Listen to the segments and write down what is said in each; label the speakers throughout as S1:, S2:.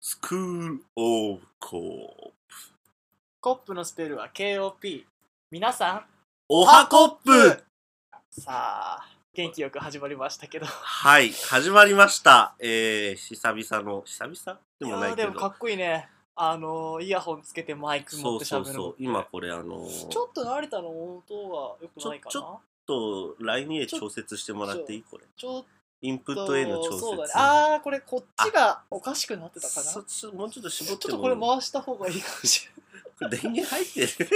S1: スクールオブコープ。
S2: コップのスペルは KOP。皆さ
S1: おはコップ
S2: ん、さあ、元気よく始まりましたけど。
S1: はい、始まりました。えー、久々の、久々でもない
S2: や
S1: け
S2: ーでもか
S1: ど。
S2: っこいいね。あのー、イヤホンつけてマイク
S1: そ
S2: 持っ
S1: う
S2: て
S1: そう
S2: 喋る
S1: そ
S2: の
S1: う。。今これあのー、
S2: ちょっと慣れたの音が良くないかな
S1: ちょちっと来年へ調節してもらっていいこれ。
S2: ちょっ
S1: インプッ
S2: と、
S1: トへの調節。
S2: そうだね。あー、これこっちがおかしくなってたかな。ち
S1: そ
S2: ょ
S1: ちょもうちょっと絞っ
S2: ってと
S1: も
S2: こ
S1: い
S2: れ
S1: い
S2: 回した方がいいかもしれない。
S1: これ電源入ってる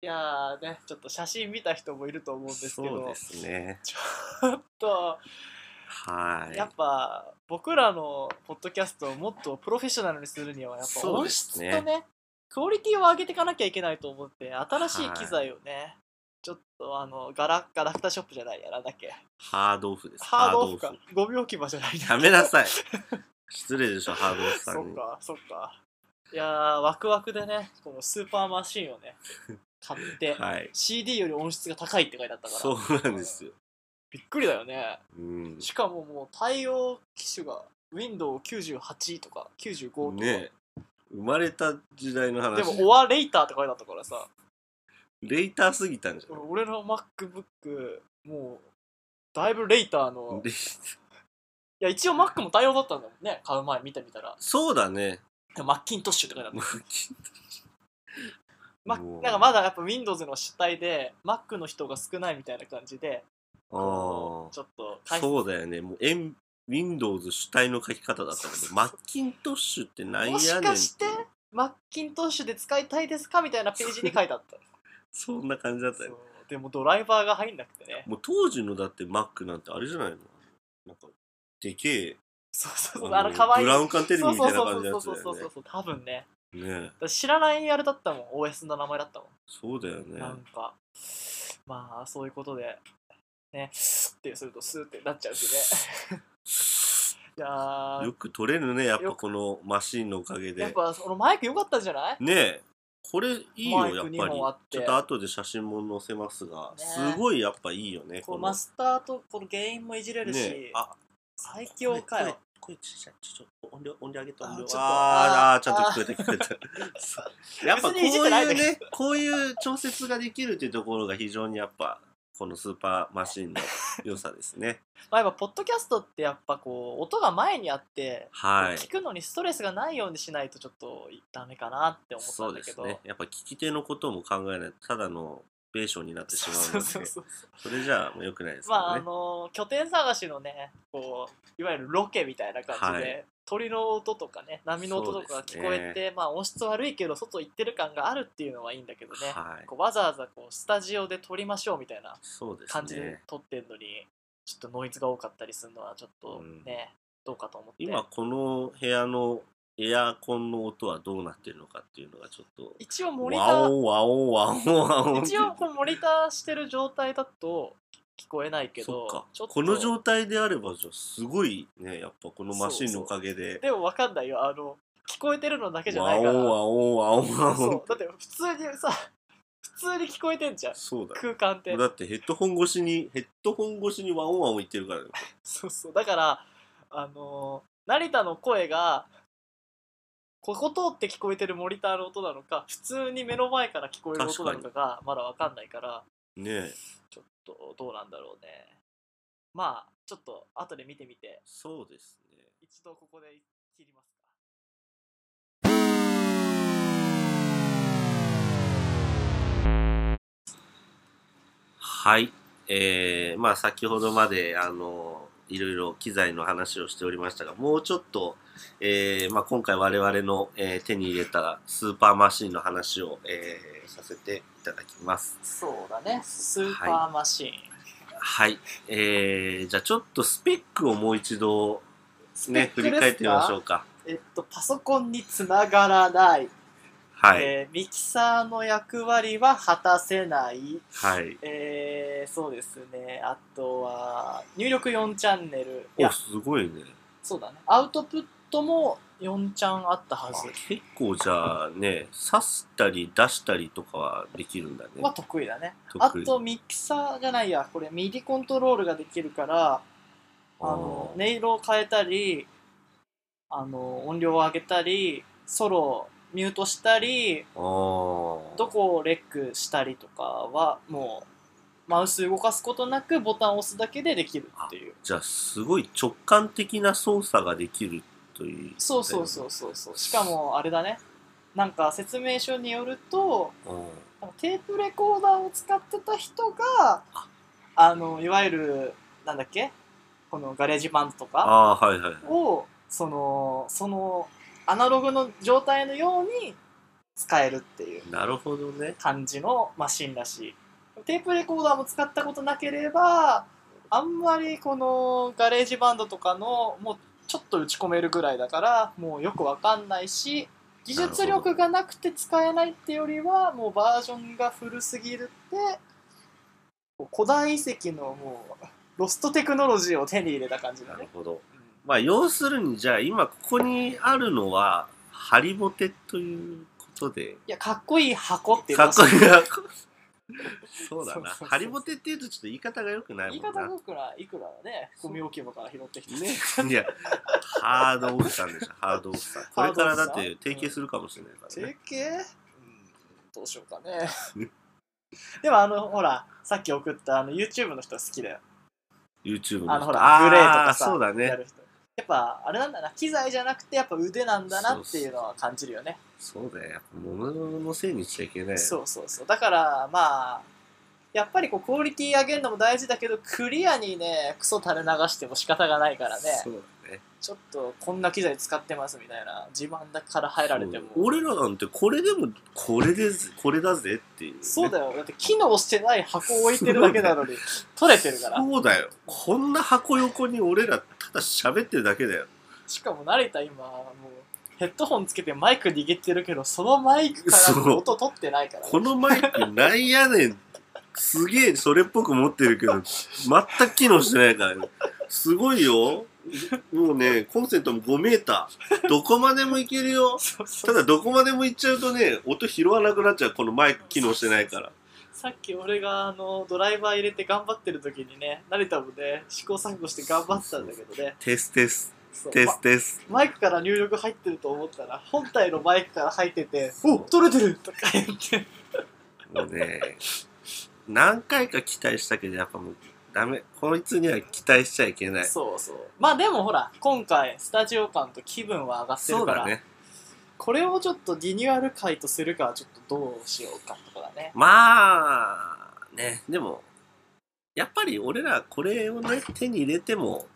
S2: いやーね、ちょっと写真見た人もいると思うんですけど、
S1: そうですね。
S2: ちょっと、
S1: はい。
S2: やっぱ僕らのポッドキャストをもっとプロフェッショナルにするにはやっぱ
S1: そう
S2: 音
S1: で
S2: 質
S1: す
S2: と
S1: ね
S2: ねクオリティを上げていかなきゃいけないと思って新しい機材をね、ちょっとあのガラガラクタショップじゃないやなんだっけ
S1: ハードオフです。
S2: ハードオフか5秒置き場じゃないんだっけ
S1: やめなさい。 失礼でしょ、ハードオフさ
S2: そ
S1: ん
S2: っ
S1: に。
S2: かそっかいやーワクワクでねこのスーパーマシンを ね買って、
S1: はい。
S2: CD より音質が高いって書いてあったから
S1: そうなんですよ。
S2: びっくりだよね
S1: うん。
S2: しかももう対応機種が Windows98 とか95とか、
S1: ね生まれた時代の話。
S2: でも、オアレイターって書いてあったからさ、
S1: レイターすぎたんじゃない
S2: 俺の MacBook、もう、だいぶレイターの、い
S1: レイ
S2: や、一応 Mac も対応だったんだもんね、買う前見てみたら。
S1: そうだね。
S2: マッキントッシュって書いてあっ
S1: も
S2: た。
S1: うき
S2: ま、
S1: もう
S2: なんかまだやっぱ Windows の主体で、Mac の人が少ないみたいな感じで、
S1: あー
S2: ちょっと開発、
S1: そうだよね。もう、エン Windows 主体の書き方だった
S2: そう
S1: け
S2: そう
S1: ど、マッキントッシュってなんやねん
S2: も
S1: っていう。
S2: しかして、マッキントッシュで使いたいですかみたいなページに書いてあった。
S1: そんな感じだったよ
S2: そ
S1: ね。
S2: うでもドライバーが入んなくてね。
S1: もう当時のだって Mac なんてあれじゃないのなんか、でけえ。
S2: そうそうそう、
S1: あ
S2: あ
S1: の
S2: の、可愛い
S1: ブラウン管テレビ
S2: そう
S1: みた
S2: そう
S1: いな
S2: そ
S1: 感
S2: う
S1: じのやつ
S2: そう
S1: だ
S2: そうそ
S1: よ
S2: うそう、多分ね。
S1: ね。ねえ
S2: だから知らないあれだったもん OS の名前だったもん、
S1: そうだよね。
S2: なんかまあそういうことでねスッってするとスーってなっちゃうしねいやー
S1: よく撮れるね、やっぱ
S2: よく
S1: このマシンのおかげ
S2: やっ
S1: で。
S2: ぱそのマイク良かったんじゃない
S1: ねえ、これいいよ、
S2: マイ
S1: やっぱ
S2: ク
S1: り。
S2: 二本あっ
S1: ち
S2: て
S1: ょっと後で写真も載せますが、
S2: ねえ
S1: すごいやっぱいいよね、
S2: こう
S1: の
S2: マスターとこの原因もいじれるし、
S1: ねえあ、
S2: 最強かよ
S1: 声。声ちっちゃい、ちょっと音量、音量上げて
S2: あ
S1: 音量
S2: ちょっと
S1: あーあー、
S2: あー
S1: ちゃんと聞こえた、聞こえ たそう。やっぱこう
S2: 別にいじってないいうだけ
S1: ね、こういう調節ができるっていうところが非常にやっぱ、このスーパーマシンの良さですね。
S2: まあやっぱポッドキャストってやっぱこう音が前にあって、
S1: はい。
S2: 聞くのにストレスがないようにしないとちょっとダメかなって思った
S1: そ
S2: ん
S1: う
S2: だ
S1: で
S2: け
S1: す
S2: ど
S1: ね。やっぱ聞き手のことも考えないと、ただのベーションになってしまうの
S2: そ
S1: で、
S2: うそうそう
S1: それじゃあもう良くないです
S2: まあ
S1: から
S2: あ
S1: ね。
S2: の拠点探しのねこういわゆるロケみたいな感じで、
S1: は
S2: 鳥の音とかね波の音とか
S1: そう
S2: が
S1: です
S2: 聞
S1: ね
S2: こえて、まあ音質悪いけど外行ってる感があるっていうのはいいんだけどね、
S1: はい。
S2: こうわざわざこうスタジオで撮りましょうみたいな
S1: そうですね。
S2: 感じで撮ってんのに、ちょっとノイズが多かったりするのはちょっとね、どうかと思って
S1: 今この部屋のエアコンの音はどうなってるのかっていうのがちょっと。
S2: 一応モニタ
S1: ワオ
S2: ー
S1: ンワオンワオンワオン。
S2: 一応こうモニターしてる状態だと聞こえないけ
S1: そ
S2: ど
S1: っか
S2: ちょっと
S1: この状態であればじゃあすごいねやっぱこのマシンのおかげで
S2: でもわかんないよあの聞こえてるのだけじゃな
S1: ワ
S2: い
S1: オ
S2: から
S1: ンワオンワオンワオン
S2: そうだって普通にさ普通に聞こえてんじゃん
S1: そうだよ
S2: 空間って
S1: だってヘッドホン越しにヘッドホン越しにワオンワオン言ってるからね
S2: そうそうだからあのー成田の声がここ通って聞こえてるモニターの音なのか普通に目の前から聞こえる音なのかがまだわかんないから
S1: ねえ
S2: ちょっとどうなんだろうねまあちょっと後で見てみて
S1: そうですね
S2: 一度ここで切りますか
S1: はい。えー、まあ先ほどまで、あの、いろいろ機材の話をしておりましたが、もうちょっと、えー、まあ今回我々の、えー手に入れたスーパーマシンの話を、えーさせていただきます。
S2: そうだねスーパーマシーン、
S1: はい。えー、じゃあちょっとスペックをもう一度、
S2: スペ
S1: ね
S2: ッ、ク
S1: 振
S2: で
S1: り
S2: すか
S1: 返ってみましょうか。
S2: えっとパソコンにつながらない
S1: はい。
S2: えーミキサーの役割は果たせない、
S1: はい。
S2: えーそうですねあとは入力4チャンネルい
S1: お、
S2: や
S1: すごいね。
S2: そうだねアウトプットも4チャンあったはず
S1: 結構じゃあね、刺したり出したりとかはできるんだね。
S2: は得意だねあ
S1: 得意
S2: とミキサーじゃないやこれミディコントロールができるからあの音色を変えたりあの音量を上げたりソロをミュートしたり
S1: あ
S2: どこをレックしたりとかはもうマウス動かすことなくボタンを押すだけでできるっていう
S1: じゃあすごい直感的な操作ができるという
S2: そうそうそうそうそうしかもあれだねなんか説明書によると
S1: うん
S2: なんかテープレコーダーを使ってた人があのいわゆるなんだっけこのガレージバンドとか
S1: ああはいはいはい
S2: をそのそのアナログの状態のように使えるっていう
S1: なるほどね
S2: 感じのマシンらしいテープレコーダーも使ったことなければあんまりこのガレージバンドとかのもうちょっと打ち込めるぐらいだからもうよくわかんないし技術力がなくて使えないってよりはもうバージョンが古すぎるってこう古代遺跡のもうロストテクノロジーを手に入れた感じ
S1: な
S2: だ
S1: る
S2: ね。
S1: ほど
S2: うん
S1: まあ要するにじゃあ今ここにあるのはハリボテということで
S2: いや、かっこいい箱っていう
S1: かっこいい
S2: い。
S1: なそうだな
S2: そうそうそう
S1: ハリボテっていうとちょっと言い方が良くない
S2: 言い
S1: もん
S2: 方
S1: な
S2: がいくら、いくらはね、ゴミ置き場から拾ってきてね。
S1: ねいやハードオフさんでしょハードオフさん これからだって提携するかもしれないからね
S2: 定型どうしようかね。 でもあの、ほら、さっき送ったあの YouTube の人好きだよ。
S1: YouTube
S2: あの、ほら、
S1: あー
S2: グレーとかさ、
S1: そうだね
S2: やる人。やっぱ、あれなんだな、機材じゃなくて、やっぱ腕なんだなっていうのは感じるよね。
S1: そうだよ。やっぱ物のせいにしちゃいけない。
S2: そうそうそう。だから、まあ、やっぱりこう、クオリティ上げるのも大事だけど、クリアにね、クソ垂れ流しても仕方がないからね。
S1: そうだね。
S2: ちょっとこんな機材使ってますみたいな自慢だから入られても
S1: そう俺らなんてこれでも、これです、これだぜっていうね、
S2: そうだよだって機能してない箱置いてるだけなのに取れてるから
S1: そうだよ。こんな箱横に俺らただ喋ってるだけだよ。
S2: しかも慣れた今もうヘッドホンつけてマイク握ってるけどそのマイクから
S1: そう
S2: の音取ってないから
S1: このマイクなんやねん。すげえそれっぽく持ってるけど、全く機能してないからね。すごいよ。もうね、コンセントも5メーター。どこまでもいけるよ。
S2: そうそ
S1: た
S2: う
S1: だどこまでも行っちゃうとね、音拾わなくなっちゃう。このマイク機能してないから。
S2: さっき俺があのドライバー入れて頑張ってる時にね慣れたもね試行錯誤して頑張ってたんだけどね
S1: テステス。
S2: そう
S1: テ
S2: ま
S1: ステス。
S2: マイクから入力入ってると思ったら本体のマイクから入ってて「お取れてる!」とか言って
S1: もうね、何回か期待したけど、やっぱもう、ダメ。こいつには期待しちゃいけない。
S2: そうそうまあでもほら今回スタジオ感と気分は上がって
S1: そ
S2: る
S1: う
S2: から、
S1: だね。
S2: これをちょっとリニューアル回とするかはちょっとどうしようかとかだね
S1: まあ、ね、でも、やっぱり俺らこれをね、手に入れても、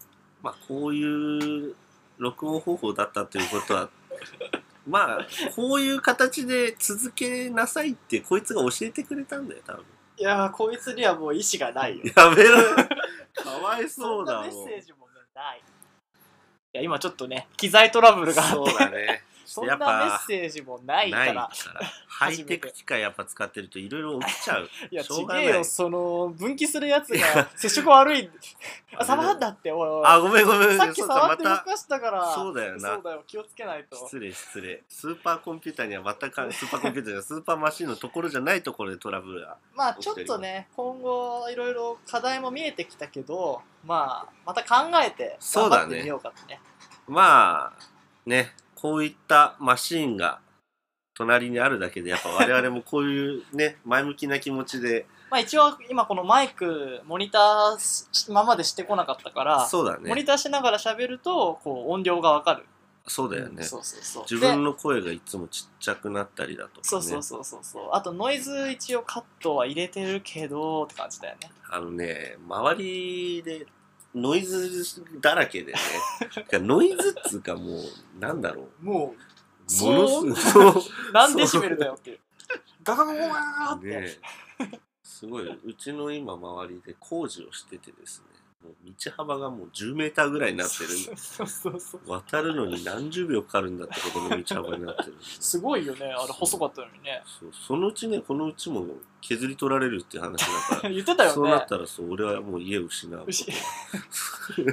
S1: まあ、こういう録音方法だったということは、 まあ、こういう形で続けなさいって、こいつが教えてくれたんだよ、多分。
S2: いやーこいつにはもう意志がないよ
S1: やめろよかわいそうだ
S2: んな
S1: もん。
S2: メッセージもねないいや今ちょっとね機材トラブルがあ
S1: そ
S2: っ
S1: う
S2: て
S1: だね。
S2: そんなメッセージもないか
S1: ない
S2: ら
S1: からハイテク機械やっぱ使ってるといろいろ起きちゃう
S2: いや
S1: しょ
S2: ち
S1: うがな
S2: げ
S1: い
S2: えよその分岐するやつが接触悪いあ触んだっておいおい
S1: あごめんごめん
S2: さっき
S1: そうだ
S2: 触っ
S1: ま
S2: て動
S1: た
S2: かしたから
S1: そうだよな
S2: そうだよ気をつけないと
S1: 失礼失礼スーパーコンピューターには全くスーパーコンピューターじゃスーパーマシンのところじゃないところでトラブルが
S2: まあちょっとね今後いろいろ課題も見えてきたけどまあまた考えて
S1: そう
S2: 頑張
S1: だね
S2: ってみようかってね
S1: まあねこういったマシンが隣にあるだけでやっぱ我々もこういうね 前向きな気持ちで
S2: まあ一応今このマイクモニターし今までしてこなかったから、
S1: そうだ
S2: モ
S1: ね
S2: ニターしながら喋るとこう音量がわかる
S1: そうだよね
S2: そうそうそう
S1: 自
S2: で
S1: 分の声がいつもちっちゃくなったりだとか、ね、
S2: そうそうそうそうそうあとノイズ一応カットは入れてるけどって感じだよね
S1: あのね、周りでノイズだらけで ね、てかノイズっつうかもう、なんだろう、
S2: も
S1: も
S2: そう
S1: のすごい、
S2: う何デシベルだよっていうガガガガガーって、
S1: ね え、すごい、うちの今周りで工事をしててですね、もう道幅がもう10メーターぐらいになってる。
S2: そうそうそう
S1: 渡るのに何十秒かかるんだってことの道幅になってる。
S2: すごいよねあれ細かったのにね
S1: そうそのうちね、このうちも削り取られるっていう話だから、
S2: 言ってたよね
S1: そうなったらそう、俺はもう家を失う。
S2: 牛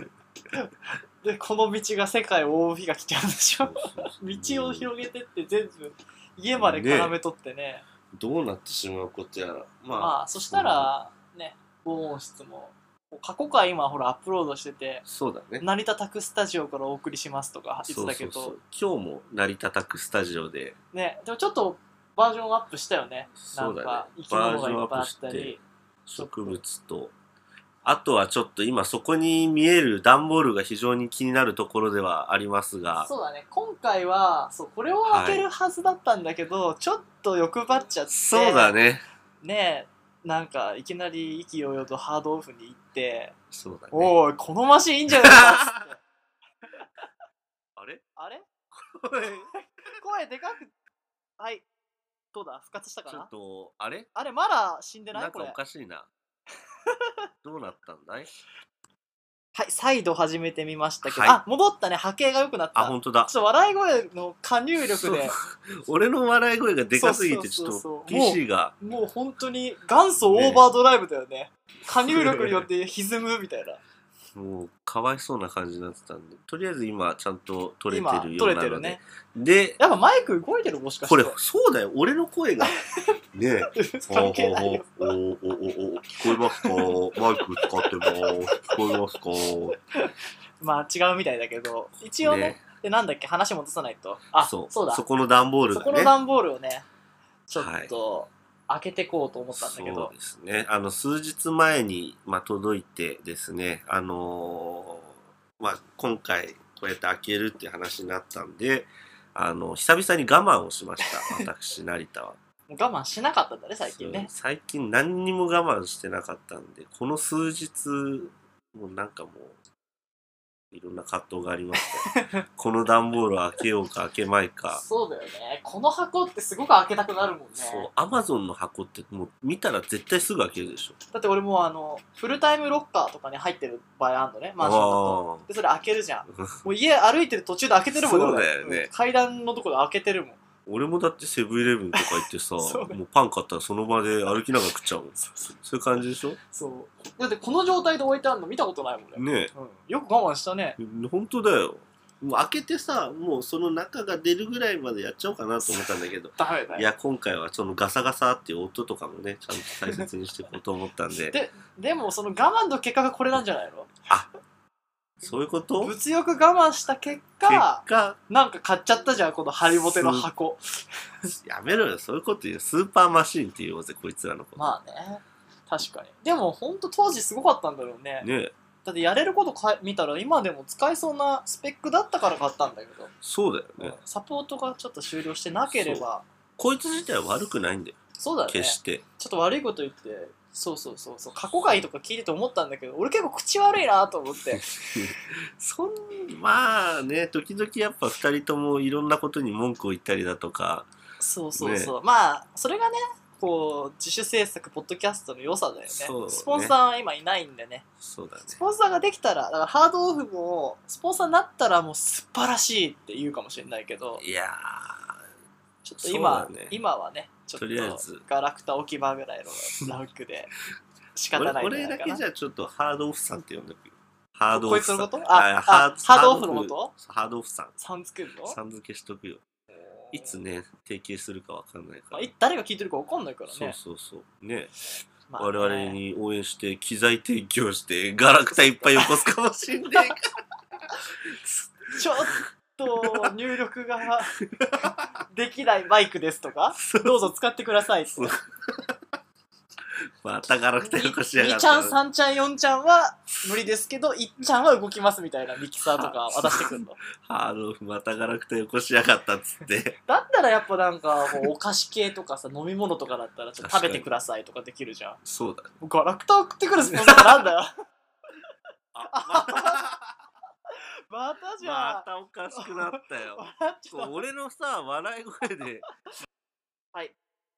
S2: でこの道が世界を覆う日が来ちゃうんでし
S1: そう
S2: ょ
S1: そうそう
S2: 道を広げてって全部家まで絡めとってね
S1: どうなってしまうことやら。まあ、
S2: まあそしたらね防音室もこう過去回今ほらアップロードしてて
S1: そうだね
S2: 成田拓スタジオからお送りしますとかいつ
S1: そう
S2: だけ
S1: そう
S2: ど
S1: そう今日も成り叩くスタジオで
S2: ねでもちょっとバージョンアップしたよねな
S1: そ
S2: ん
S1: うだね
S2: か生き物がいっぱいあ
S1: バージ
S2: った
S1: ョンアップし
S2: り
S1: 植物とあとはちょっと今そこに見える段ボールが非常に気になるところではありますが
S2: そうだね今回はそうこれを開けるはずだったんだけど、ちょっと欲張っちゃって
S1: そうだね
S2: ねなんかいきなり意気揚々とハードオフに行って
S1: そうだね
S2: おい、このマシンいいんじゃないか っつって
S1: あれ
S2: あれ声でかく。はい。どうだ復活したか
S1: ちょ
S2: な
S1: っとあれ
S2: あれ、まだ死んでな
S1: ないん
S2: こ
S1: か
S2: れ
S1: お。かしいなどうなったんだい
S2: はい、再度始めてみましたけど、
S1: はい
S2: あ、戻ったね。波形が良くなった。
S1: あ
S2: ちょ
S1: 本当だ
S2: っと笑い声の加入
S1: そ
S2: 力
S1: う
S2: で、
S1: 俺の笑い声がでかすぎてち
S2: そう
S1: ょ
S2: そう
S1: っ
S2: そうそう
S1: と PC が
S2: もう本当に元祖オーバードライブだよね。加入力によって歪むみたいな。
S1: もうかわいそうな感じになってたんでとりあえず今ちゃんと撮れて
S2: 今、
S1: るよ
S2: 取
S1: う
S2: れ
S1: な
S2: て
S1: の
S2: る
S1: で、
S2: ね。
S1: で
S2: やっぱマイク動いてるもしかして。
S1: これそうだよ俺の声 がねえ
S2: 関係ないよ。
S1: おおおおお聞こえますかマイク使ってます聞こえますか
S2: まあ違うみたいだけど、一応ね、
S1: ね
S2: でなんだっけ話戻さないとあ
S1: そ
S2: そううだそ
S1: そ
S2: こ,、
S1: この段ボールだね
S2: の段ボールをねちょっと開けてこうと思ったんだけど、
S1: そうですねあの数日前に、まあ、届いてですねあのーまあ今回こうやって開けるっていう話になったんであの久々に我慢をしました 私成田は
S2: もう我慢しなかったんだね最近ね
S1: そう最近何にも我慢してなかったんでこの数日もうなんかもういろんな葛藤がありました この段ボールを開けようか開けまいか
S2: そうだよねこの箱ってすごく開けたくなるもんね
S1: そうアマゾンの箱ってもう見たら絶対すぐ開けるでしょ
S2: だって俺もうあのフルタイムロッカーとかに入ってる場合あんのねマンションだと
S1: あー
S2: でそれ開ける じゃんもう家歩いてる途中で開けてるもん
S1: そうだよね
S2: 俺階段のところ開けてるもん
S1: 俺もだってセブンイレブンとか行ってさ
S2: そうね
S1: もうパン買ったらその場で歩きながら食っちゃうもん
S2: そうそう
S1: そういう感じでしょ
S2: そうだってこの状態で置いてあるの見たことないもんね
S1: ね
S2: うん、よく我慢したね
S1: え本当だよもう開けてさもうその中が出るぐらいまでやっちゃおうかなと思ったんだけど
S2: ダメだよ
S1: いや今回はそのガサガサっていう音とかもねちゃんと大切にしていこうと思ったんで
S2: ででもその我慢の結果がこれなんじゃないの
S1: そういうこと結
S2: 物欲我慢した結果
S1: 果
S2: なんか買っちゃったじゃんこのハリボテの箱
S1: やめろよそういうこと言うスーパーマシーンって言おうぜこいつらのこと、
S2: まあね確かにでもほんと当時すごかったんだろうね
S1: ねえ
S2: だってやれることかえ見たら今でも使えそうなスペックだったから買ったんだけど、
S1: そうだよね
S2: サポートがちょっと終了してなければ
S1: こいつ自体は悪くないんだよ
S2: そうだよね
S1: 決し
S2: ち
S1: て
S2: ょっと悪いこと言ってそうそうそうそう過去回とか聞いてて思ったんだけど俺結構口悪いなと思って
S1: そんまあね時々やっぱ2人ともいろんなことに文句を言ったりだとか
S2: そうそうそう、まあそれがねこう自主制作ポッドキャストの良さだよね
S1: そうね
S2: スポンサーは今いないんでね
S1: そうだね
S2: スポンサーができたらだからハードオフもスポンサーになったらもう素晴らしいって言うかもしれないけど
S1: いや
S2: ちょっと今、
S1: そうだね
S2: 今はねちょっと
S1: とりあえず
S2: ガラクタ置き場ぐらいのラン クで仕
S1: ー
S2: 方ない
S1: 俺俺
S2: んじゃな
S1: だ
S2: いか
S1: け
S2: な
S1: じゃちょっとハードオフさんって呼んでくよハードオ
S2: こい
S1: フ
S2: つ
S1: さん
S2: のこと
S1: あ
S2: あ
S1: ハ
S2: あハードオフのこと
S1: ハードオフさん
S2: さんつけるの
S1: さん付けしとくよいつね提携するかわかんないから
S2: まあい誰が聞いてるか分かんないからね
S1: そうそうそうね
S2: まあね
S1: 我々に応援して機材提供してガラクタいっぱいよこすかもしんねえから
S2: ちょっと入力 ができないマイクですとか、どうぞ使ってくださいって。
S1: そうまたガラクタよこしやが
S2: 2
S1: っ
S2: ち
S1: た
S2: ゃ、
S1: なん
S2: 3ちゃん、4ちゃんは無理ですけど、1ちゃんは動きますみたいなミキサーとか渡してくるの。
S1: ハードオフまたガラクタよこしやがったっつ って
S2: だったらやっぱなんか、もうお菓子系とかさ、飲み物とかだったら、ちょっと食べてくださいとかできるじゃん。
S1: そうだね
S2: ガラクタ送ってくるスポンサーなんだよ。
S1: あ
S2: またじ
S1: ま
S2: ゃ
S1: またおかしくなった
S2: あ。
S1: よ
S2: 笑っちゃ
S1: そう
S2: う
S1: 俺のさ笑い声で
S2: はい。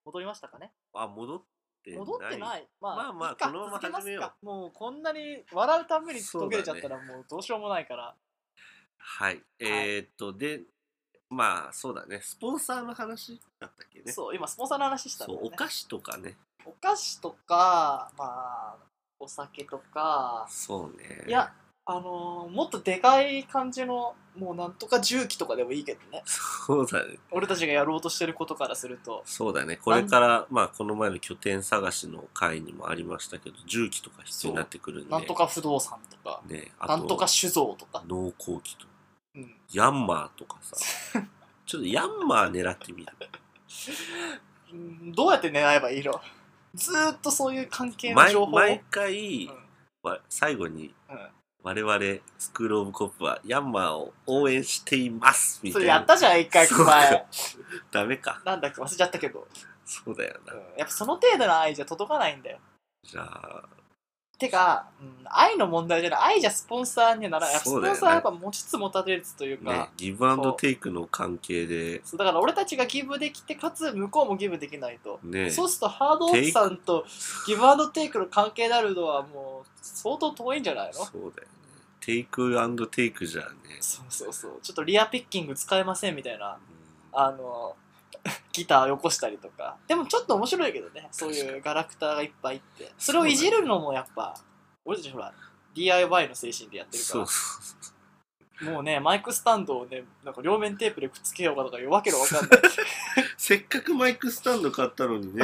S2: 戻りましたかね
S1: あ戻ってない
S2: 戻ってない。まあ
S1: まあまあ
S2: いいか
S1: このまま
S2: 続けます
S1: 始めよ
S2: かもうこんなに笑うたんびに途切れちゃったらもうどうしようもないから。
S1: はいえー、っとでまあそうだねスポンサーの話だったっけね
S2: そう、今スポンサーの話したん
S1: そ
S2: だよ
S1: うお
S2: ね。
S1: 菓子とかね
S2: お菓子とか、まあ、お酒とか、
S1: そうね
S2: いや、あのーもっとでかい感じのもうなんとか重機とかでもいいけどね
S1: そうだね。
S2: 俺たちがやろうとしてることからすると
S1: そうだね。これから、まあ、この前の拠点探しの回にもありましたけど、重機とか必要になってくるんで。
S2: なんとか不動産とか
S1: ね。あ
S2: なんとか酒造とか、
S1: 農耕機と。
S2: うん、
S1: ヤンマーとかさ。ちょっとヤンマー狙ってみる。
S2: うんどうやって狙えばいいのずーっとそういう関係の
S1: 毎
S2: 情報を
S1: 毎回
S2: うん、
S1: わ最後に、
S2: うん
S1: 我々、スクールオブコップはヤンマーを応援していますみ
S2: そ
S1: たい
S2: れ
S1: な。
S2: やったじゃん一回
S1: そうか
S2: 前
S1: ダメか。
S2: なんだっけ忘れちゃったけど、
S1: そうだよ
S2: う
S1: な。
S2: んやっぱその程度の愛じゃ届かないんだよ
S1: じゃあ、
S2: てか、うん、愛の問題じゃない愛じゃスポンサーにはならないやっぱス
S1: そ
S2: ポ
S1: うだよ
S2: ン
S1: ね
S2: サーはやっぱ持ちつ持たれつというか
S1: ね、ギブアンドテイクの関係で、
S2: そうだから俺たちがギブできてかつ向こうもギブできないと、
S1: ね、
S2: そうするとハードオフさんとギブアンドテイクの関係であるのはもう相当遠いんじゃないの
S1: そうだよね。テイクアンドテイクじゃね。
S2: そうそうそうちょっとリアピッキング使えませんみたい
S1: う
S2: な
S1: ん
S2: あの ギターよこしたりとかでもちょっと面白いけどねそういうガラクターがいっぱいいってそれをいじるのもやっぱ俺たちほら DIY の精神でやってる
S1: そう
S2: か
S1: そう
S2: らもうねマイクスタンドをねなんか両面テープでくっつけようかとかいうわけのわかんない
S1: せっかくマイクスタンド買ったのにね、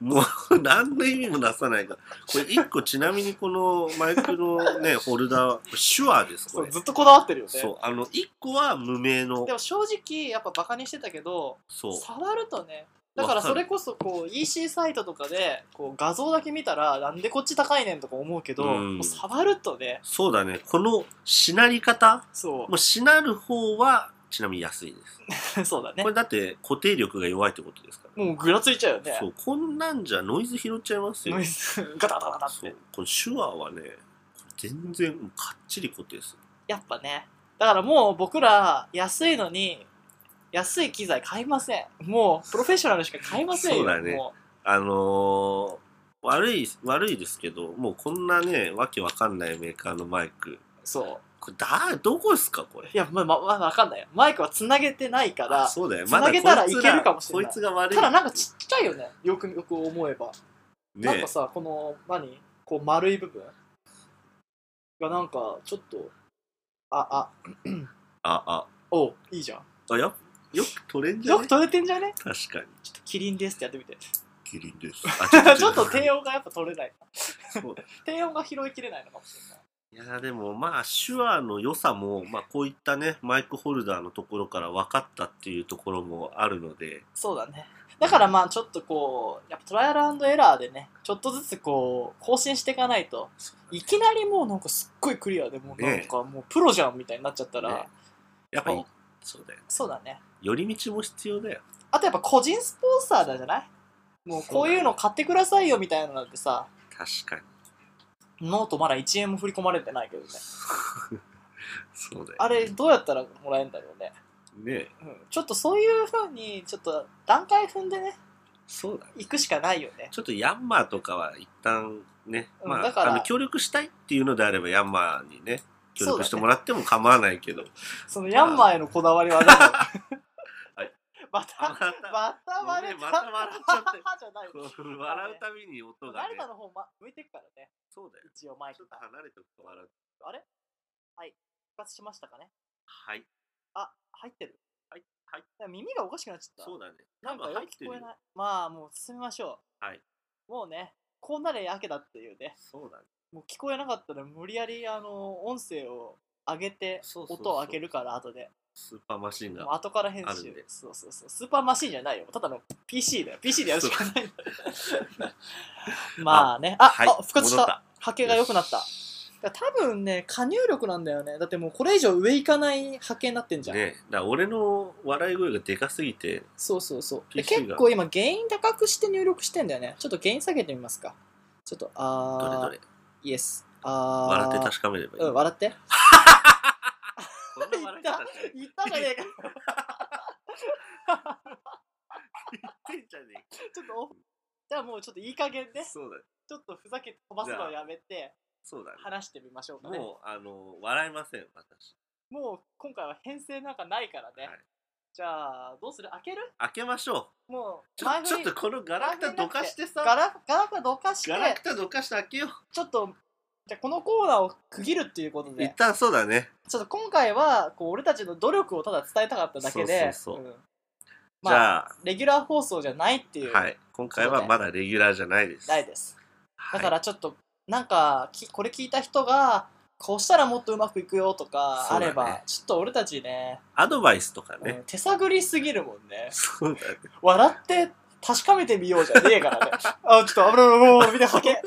S1: もう何の意味もなさないから。これ一個ちなみにこのマイクの ね、ホルダー、手話です、こ
S2: そう
S1: れ。
S2: ずっとこだわってるよね
S1: そう、あの、一個は無名の
S2: で、も正直やっぱバカにしてたけど
S1: そう、
S2: 触るとねだからそれこそこう EC サイトとかでこう画像だけ見たらなんでこっち高いねんとか思うけど、
S1: うん
S2: もう触るとね
S1: そうだね、このしなり方、
S2: そ
S1: もうしなる方は、ちなみに安いです。
S2: う そうだね
S1: これだって固定力が弱いってことですから、
S2: もうぐらついちゃうよね
S1: そう、こんなんじゃノイズ拾っちゃいますよ
S2: ノイ。ズガタガタガタっ
S1: そ
S2: て
S1: う、この手話はね、全然かっちり固定する。
S2: やっぱねだからもう僕ら安いのに安い機材買いませんもうプロフェッショナルしか買いませんよ
S1: そうだね
S2: も
S1: あのー悪い、悪いですけど、もうこんなね、わけわかんないメーカーのマイク。
S2: うそう
S1: これだ、どこですか、これ。
S2: いやまあまあまあわかんないよマイクはつなげてないから
S1: あそうだよ、
S2: 繋げたら
S1: こつ
S2: いけるかもしれない
S1: こいつが悪い。
S2: ただなんかちっちゃいよねよくよく思えばなん
S1: ね
S2: か、さこの何こう丸い部分がなんかちょっとああ
S1: あ、
S2: おういいじゃん
S1: あ、あ、や、よく取れんじゃ
S2: よ
S1: な
S2: く
S1: い
S2: 取れてんじゃね
S1: 確かに。
S2: ちょっとキリンですってやってみて
S1: キリンです。
S2: ちょっと低音がやっぱ取れない
S1: そう
S2: 低音が拾いきれないのかもしれない
S1: いやでもまあ手話の良さも、まあ、こういったねマイクホルダーのところから分かったっていうところもあるので
S2: そうだねだからまあちょっとこうやっぱトライアルエラーでねちょっとずつこう更新していかないといきなりもうなんかすっごいクリアでもうなんかもうプロじゃんみたいになっちゃったら、
S1: ねやっぱ、
S2: はい
S1: そうだよ
S2: そうだね
S1: 寄り道も必要だよ
S2: あとやっぱ個人スポンサーだじゃないもうこういうの買ってくださいよみたいなのなんてさ、
S1: 確かに
S2: ノートまだ1円も振り込まれてないけどね。
S1: そうだよ
S2: あれどうやったらもらえるんだろうね。
S1: ね
S2: うん、ちょっとそういうふうに、ちょっと段階踏んでね、
S1: そうだね
S2: 行くしかないよね。
S1: ちょっとヤンマーとかは一旦ね、
S2: うん
S1: ま
S2: だから
S1: あ、あの協力したいっていうのであればヤンマーにね協
S2: そう
S1: 力
S2: だね
S1: してもらっても構わない けど、
S2: そのヤンマーへのこだわりはね、
S1: はい
S2: また、また割れ
S1: ごめ
S2: た。
S1: んまた笑っちゃって
S2: じゃない。
S1: 笑うたびに音が
S2: 誰
S1: ね
S2: かの方、ま、向いてくからね、
S1: そうだよ
S2: 一応マイ
S1: ちょ
S2: ク
S1: っと離れておくと笑う
S2: 復活しましたかね。
S1: はい
S2: あ、入ってる。
S1: はいはい
S2: 耳がおかしくなっちゃった。
S1: そうだね
S2: なんかよ
S1: 入っ
S2: く
S1: て
S2: 聞
S1: る
S2: こえ
S1: よ
S2: ない。まあもう進みましょう。
S1: はい。
S2: もうね、こんなでやけだっていうね。
S1: そうだね
S2: もう聞こえなかったら無理やりあの音声を上げて
S1: そうそうそう
S2: 音を上げるから後で。
S1: スーパーマシン
S2: も
S1: が
S2: う後から編
S1: あるん
S2: 集
S1: で。
S2: そうそうそう。スーパーマシンじゃないよ。ただの PC だよ。PC でやるしかないん だ。まあね。あ、
S1: はい
S2: あ復活し。
S1: 戻った
S2: 波形が良くなった。だから多分ね、加入力なんだよね。だってもうこれ以上上行かない波形になってんじゃん。
S1: ねだから俺の笑い声がでかすぎて
S2: そうそうそう。で
S1: PC が
S2: 結構今、原因高くして入力してんだよね。ちょっと原因下げてみますか。ちょっと、あ
S1: ど
S2: ー、
S1: れどれ
S2: イエス。あー、
S1: 笑って確かめればいい、
S2: うん、笑って。
S1: こんな笑い方しない
S2: 言ったじゃねえか。
S1: 言ってんじゃねえ
S2: ちょっとオフ、じゃあもうちょっといい加減ね。
S1: そうだね
S2: ちょっとふざけて飛ばすのをやめて、
S1: そうだね
S2: 話してみましょうかね。も
S1: もうあの笑いません私
S2: う、今回は編成なんかないからね。
S1: はい
S2: じゃあ、どうする開ける
S1: 開けましょ
S2: も
S1: うち
S2: う、
S1: ょ
S2: 前
S1: ちょ
S2: 振
S1: っ
S2: り
S1: とこのガラクタどかしてさ
S2: ガラガラクタどかして
S1: ガ、ラクタどかして開けよう
S2: ちょっとじゃあこのコーナーを区切るっていうこと
S1: 一
S2: で
S1: 旦そうだね。
S2: ちょっと今回はこう俺たちの努力をただ伝えたかっただけで
S1: そうそうそ
S2: うん
S1: じ
S2: まあ
S1: ゃあ、
S2: レギュラー放送じゃないっていう、
S1: はい。今回はまだレギュラーじゃないです。
S2: ないです
S1: は
S2: だ
S1: い
S2: からちょっとなんかきこれ聞いた人がこうしたらもっとうまくいくよとか
S1: そ
S2: あ
S1: うだね
S2: れば、ちょっと俺たちね
S1: アドバイスとか
S2: う
S1: ね。
S2: ん手探りすぎるもんね
S1: そうだね。
S2: 笑って確かめてみようじゃねえからね あちょっと危ない危ない危ないみたいなハケ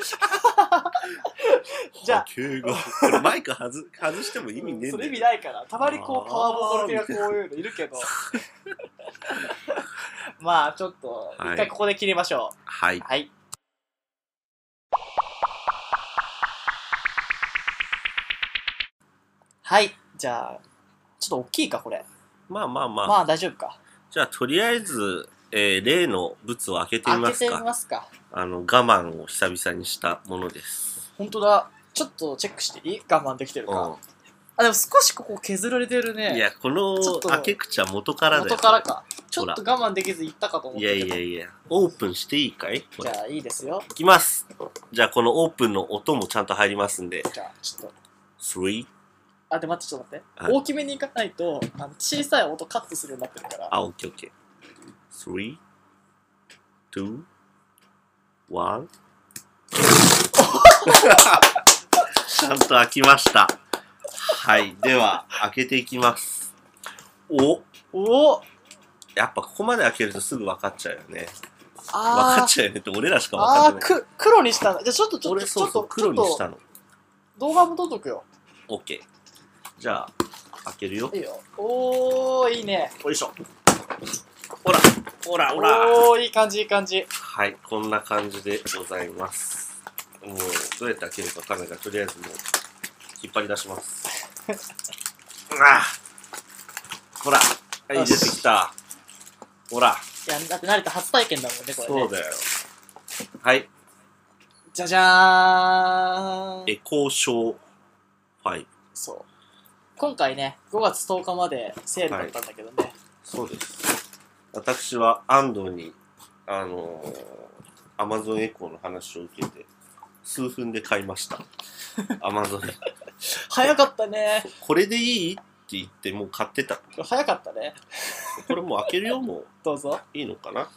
S2: じゃあ
S1: 呼吸が。これマイク外外しても意味ねえん
S2: そ
S1: だ
S2: れ意味
S1: よ。
S2: ないからたまにこうパワーボール系がこういうのい るけどまあちょっと
S1: はい
S2: 一回ここで切りましょ。
S1: はいう
S2: はい、はい、じゃあちょっと大きいかこれ
S1: まあまあまあ。
S2: まあ大丈夫か
S1: じゃあ、とりあえず、えー例の物を開けてみ
S2: 開
S1: ま
S2: け
S1: す
S2: てみ
S1: か。
S2: ますか
S1: あの、我慢を久々にしたものです。
S2: 本当だちょっとチェックしていい我慢できてるか、
S1: う
S2: あでも少しここ削られてる
S1: ん。
S2: ね
S1: いや、こ
S2: ちょっ
S1: の
S2: と
S1: 開け口は元からだよ。
S2: 元からかちょっ
S1: ほら
S2: と我慢できず行ったかと思っ
S1: い
S2: て
S1: やいやいや、オープンしていいかいこ
S2: じ
S1: れ。
S2: ゃあいいですよ
S1: いきます。じゃあ、このオープンの音もちゃんと入りますんで。
S2: じゃあちょっと
S1: 3?
S2: あ、で、待って、ちょっと待って。
S1: はい
S2: 大きめにいかないと、あの小さい音カットするようになってるから。
S1: あ、オッケーオッケー。3、2、1。ちゃんと開きました。はい。では、開けていきます。お
S2: おお
S1: やっぱここまで開けるとすぐ分かっちゃうよね。分
S2: あー
S1: かっちゃうよねって俺らしか分か
S2: あ
S1: って
S2: ー
S1: ない。
S2: く、黒にしたんだ。じゃあちょっと、ちょっ
S1: 俺
S2: と、ち
S1: そ
S2: ょ
S1: う
S2: っ
S1: そ
S2: と
S1: う、、黒にし
S2: ちょ
S1: た
S2: っ
S1: の。
S2: と動画も撮っとくよ。
S1: オッケー。じゃあ、開けるよ
S2: い。いよ。おー、いいね。
S1: よいしょ。ほら、ほら、ほら。
S2: おー、いい感じ、いい感じ。
S1: はい、こんな感じでございます。もう、どうやって開けるかカメラとりあえずもう、引っ張り出します。うわほら、は
S2: よ
S1: い、
S2: し
S1: 出てきた。ほら、
S2: いや、だって慣れた初体験だもんね、これね。
S1: そうだよ。はい、
S2: じゃじゃーん。
S1: エコーショー5。
S2: そう。今回ね、5月10日までセールだったんだけどね。
S1: そうです。私は安藤に、あのー、アマゾンエコーの話を受けて、数分で買いま した。アマゾン
S2: 早かったね。
S1: これでいいって言って、もう買ってた。
S2: 早かったね。
S1: これもう開けるよ、もう。
S2: どうぞ。
S1: いいのかな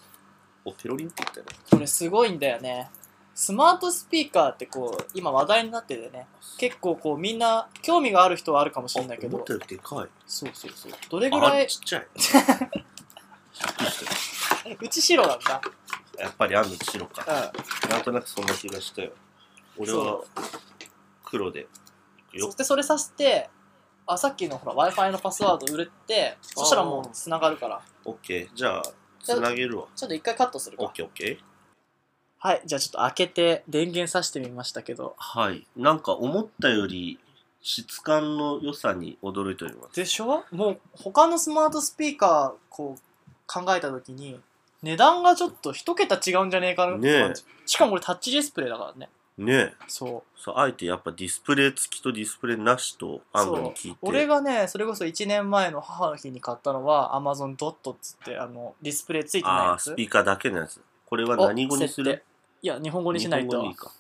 S1: お、ペロリンって言ったよね。
S2: これすごいんだよねスマートスピーカーってこう今話題になっててね結構こうみんな興味がある人はあるかもしれないけ
S1: 思
S2: ど
S1: ったよりでかい。
S2: そうそうそうどれぐ
S1: あ
S2: ら
S1: れ
S2: い
S1: ちっちゃい。
S2: うち白なんだ
S1: やっぱりあんの白か。
S2: うん
S1: なんとなくそんな気がしたよ。俺は
S2: そ
S1: 黒で。
S2: うそ
S1: よ
S2: してそれさしてあさっきのほら w i f i のパスワード売れてそしたらもう繋がるから
S1: オッケー。じゃあ、つなげるわ。
S2: ちょっと一回カットする
S1: オ
S2: か
S1: ッケーオッケー。
S2: はいじゃあちょっと開けて電源さしてみましたけど
S1: はい。なんか思ったより質感の良さに驚いております。
S2: でしょもう他のスマートスピーカーこう考えた時に値段がちょっと一桁違うんじゃねえかなって感じ、しかもこれタッチディスプレイだからね
S1: ねえ。
S2: そう
S1: そう、あえてやっぱディスプレイ付きとディスプレイなしと安藤に聞いて。
S2: 俺がねそれこそ1年前の母の日に買ったのは Amazon ドットっつってあのディスプレイついてない
S1: あ
S2: や
S1: あ、ス
S2: つ
S1: ピーカーだけのやつ。これは
S2: を
S1: 何語にする
S2: 設定いや日本語にしない
S1: 日本語
S2: と
S1: にいいか。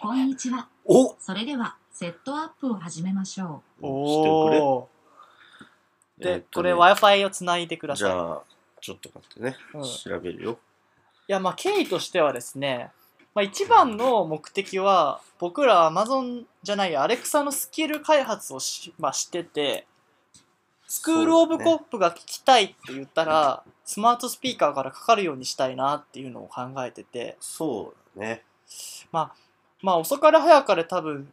S3: こんにちは。
S1: お
S3: それでは、セットアップを始めましょ
S2: おお
S1: してくれ。
S2: で、
S1: えーっとね
S2: これ w i f i をつないでくだ
S1: じ
S2: さい
S1: ゃあ、ちょっと待ってね。
S2: うん
S1: 調べるよ。
S2: いやまあ経緯としてはですね、まあ、一番の目的は僕ら Amazon じゃないや Alexa のスキル開発をし,、まあ、しててスクール・オブ・コップが聞きたいって言ったら、スマートスピーカーからかかるようにしたいなっていうのを考えてて
S1: そうだね。
S2: まあ遅かれ早かれ多分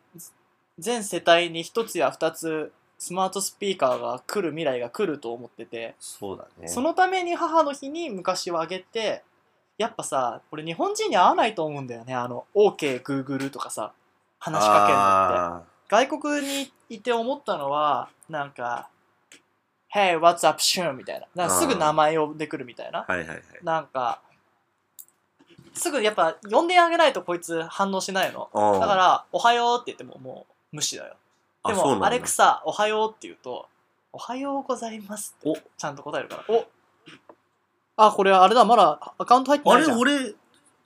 S2: 全世帯に1つや2つスマートスピーカーが来る未来が来ると思ってて
S1: そうだね。
S2: そのために母の日に昔はあげてやっぱさ俺日本人に合わないと思うんだよねあの OKGoogle とかさ話しかけるのって
S1: あ
S2: 外国にいて思ったのはなんか「Hey what's up Shun」みたいななんかすぐ名前呼んでくるみたいな
S1: ーはいはいはい。
S2: なんかすぐやっぱ呼んであげないとこいつ反応しないの
S1: あー
S2: だから「おはよう」って言ってももう無視だよで
S1: あそうなん
S2: も「
S1: だ
S2: アレクサおはよう」って言うと「おはようございます」っ
S1: お
S2: てちゃんと答えるからおあこれあれだまだアカウント入って
S1: あ
S2: ない
S1: れ、
S2: じゃん
S1: 俺、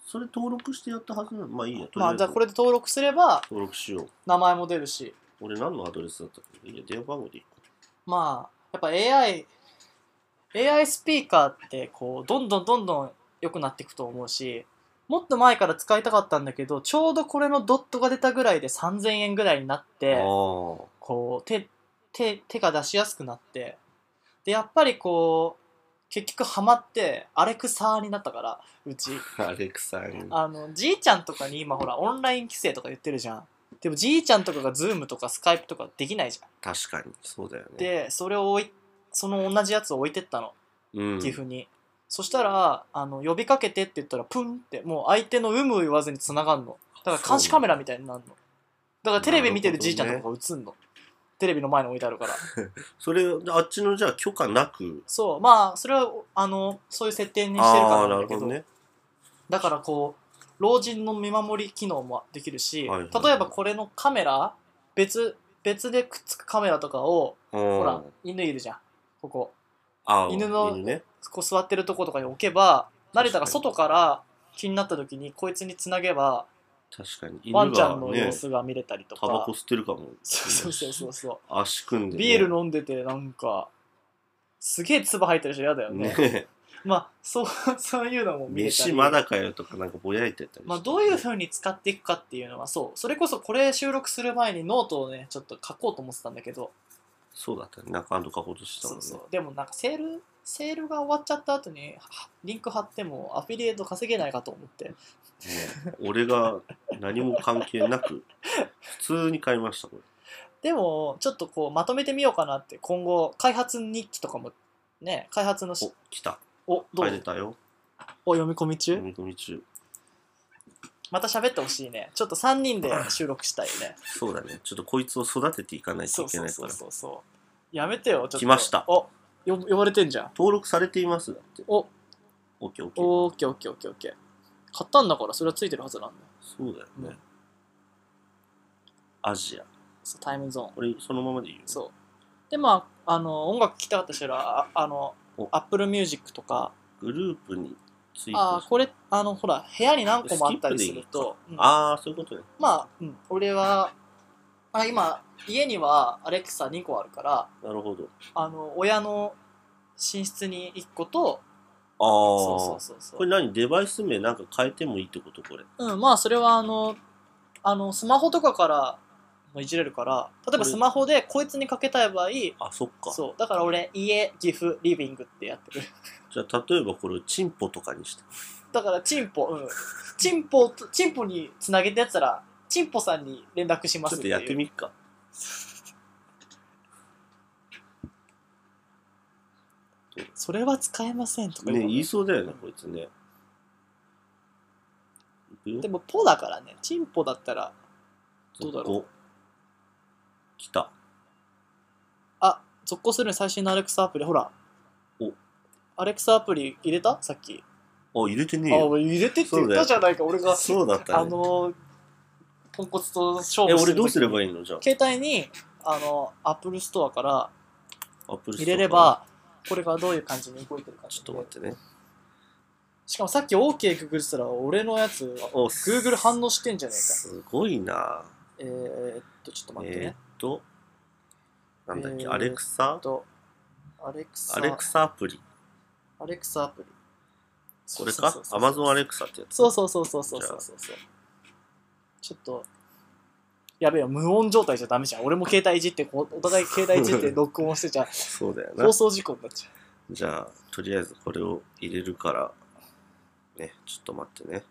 S1: それ登録してやったはずなのまあいいや、とり
S2: ま
S1: あ
S2: あ
S1: え
S2: じ
S1: ず
S2: ゃあこれで登録すれば
S1: 登録しよう。
S2: 名前も出るし
S1: 俺何のアドレスだったっけいや、電話番号でいい
S2: まあやっぱ AI AI スピーカーってこうどんどんどんどん良くなっていくと思うしもっと前から使いたかったんだけどちょうどこれのドットが出たぐらいで3000円ぐらいになって
S1: ああ。
S2: こう手手手が出しやすくなってでやっぱりこう結局ハマってアレクサーになったからうち
S1: アレクサに。
S2: あのじいちゃんとかに今ほらオンライン規制とか言ってるじゃんでもじいちゃんとかがズームとかスカイプとかできないじゃん
S1: 確かに。そうだよね。、
S2: でそれを置いその同じやつを置いてったの
S1: うん、
S2: 寄付に、そしたらあの呼びかけてって言ったらプンってもう相手の有無を言わずに繋がんのだから監視カメラみたいになるのだからテレビ見てるじいちゃんとかが映んの、テレビの前に置いてあるから
S1: それ、あっちのじゃあ許可なく。
S2: そうまあそれはあのそういう設定にしてるか
S1: ああ、
S2: らな
S1: なんる
S2: だけ
S1: ほ
S2: ど
S1: どね。
S2: だからこう老人の見守り機能もできるし、
S1: はいはい
S2: 例えばこれのカメラ別別でくっつくカメラとかを
S1: ほ
S2: ほら犬いるじゃんここ
S1: あー
S2: 犬の
S1: 犬ね。
S2: こう座ってるとことかに置けば成田が
S1: 確かに
S2: 外から気になった時にこいつにつなげば
S1: 確かに。犬
S2: ワンちゃん
S1: が
S2: の
S1: ね
S2: 様、子が見れたりと
S1: タ
S2: か、
S1: バコ吸ってるかも。
S2: そうそうそうそう
S1: 足組んでね、
S2: ビール飲んでてなんかすげえ唾入ってる人嫌だよね
S1: ね。
S2: まあそうそういうのも見れたり
S1: 飯まだかよとかなんかぼやいてたりして
S2: まあ、どういうふうに使っていくかっていうのはそうそれこそこれ収録する前にノートをねちょっと書こうと思ってたんだけど
S1: そうだったね。中野とかほとしたも
S2: そ
S1: ん
S2: う
S1: ね。
S2: そうでもなんかセールセールが終わっちゃった後にはリンク貼ってもアフィリエイト稼げないかと思って
S1: ね俺が何も関係なく、普通に買いました、これ。
S2: でもちょっとこうまとめてみようかなって今後開発日記とかもね開発のし
S1: お、来た。
S2: おどう
S1: 入れたよ。
S2: お読み込み中、
S1: 飲み込み中。
S2: また喋ってほしいねちょっと3人で収録したいね
S1: そうだね。ちょっとこいつを育てていかないと
S2: そ
S1: いうけ
S2: そ
S1: な
S2: う
S1: いか
S2: そう
S1: ら。
S2: そうそうやめてよちょっと
S1: 来ました
S2: およ呼ばれてんじゃん
S1: 登録されていますだって。
S2: お
S1: オッケーオッケー。
S2: オッケーオッケーオッケーオッケー買ったんだからそれはついてるはずなんだよ
S1: そうだよ
S2: う
S1: ね
S2: ん。
S1: アジア。
S2: そうタイムゾーン
S1: これ、そのままでいいよ。
S2: そうでまああの音楽聴きたかった人はああの
S1: お
S2: アップルミュージックとか
S1: グループにツイ
S2: あ
S1: ー
S2: ー
S1: ト
S2: これあのほら部屋に何個もあったりするとうん
S1: ああー、そういうことね。
S2: まあ、うん、俺はあ今家にはアレクサ2個あるから
S1: なるほど。
S2: あの親の寝室に1個と
S1: ああ。
S2: そうそうそうそう
S1: これ何デバイス名なんか変えてもいいってことこれ。
S2: うん、まあそれはあのあのスマホとかからもいじれるから例えばスマホでこいつにかけたい場合
S1: あ、そっか。
S2: そうだから俺家岐阜リビングってやって る
S1: じゃあ、例えばこれをチンポとかにして。
S2: だからチンポうんチンポとチンポにつなげてやつたらチンポさんに連絡しま
S1: ち
S2: す
S1: ょっ
S2: っ
S1: と
S2: ていう
S1: やってみっか。
S2: それは使えませんとか
S1: ね、
S2: う
S1: 言いそうだよね、こいつね。いくよ
S2: でもポだからねチンポだったらどうだろ
S1: う。来た。
S2: あ続行するに最新のアレクサアプリほら
S1: お
S2: アレクサアプリ入れたさっ
S1: あ、
S2: き
S1: 入れてね
S2: あ
S1: えよ。
S2: 俺入れてって言ったじゃないか俺が
S1: そうだった、ね。
S2: あのーポンコツと勝
S1: え、
S2: 負
S1: 俺どうすれば
S2: いい
S1: いいのじゃ
S2: 携帯にあのアップルストアから
S1: あ、アップル
S2: 入れれ。ばこれがどういう感じに動いてるか
S1: ちょっと待ってね。
S2: しかもさっき OK ググってたら俺のやつ
S1: お、
S2: Google 反応してんじゃねえか
S1: すごいな。
S2: えー、っとちょっと待ってね、
S1: えーっと、なんだっけ、
S2: えー
S1: アレクサ
S2: あとアレクサ
S1: アレクサアプリ。
S2: アレクサアプリ
S1: これか
S2: そうそ
S1: ア
S2: うそうそう
S1: マゾンアレクサってやつ。
S2: そうそうそうそうそうそうそうそうちょっとやべえよ無音状態じゃダメじゃん俺も携帯いじってこうお互い携帯いじって録音してちゃう
S1: そうだよな
S2: 放。送事故 になっちゃう
S1: じゃあ、とりあえずこれを入れるから、ね、ちょっと待ってね。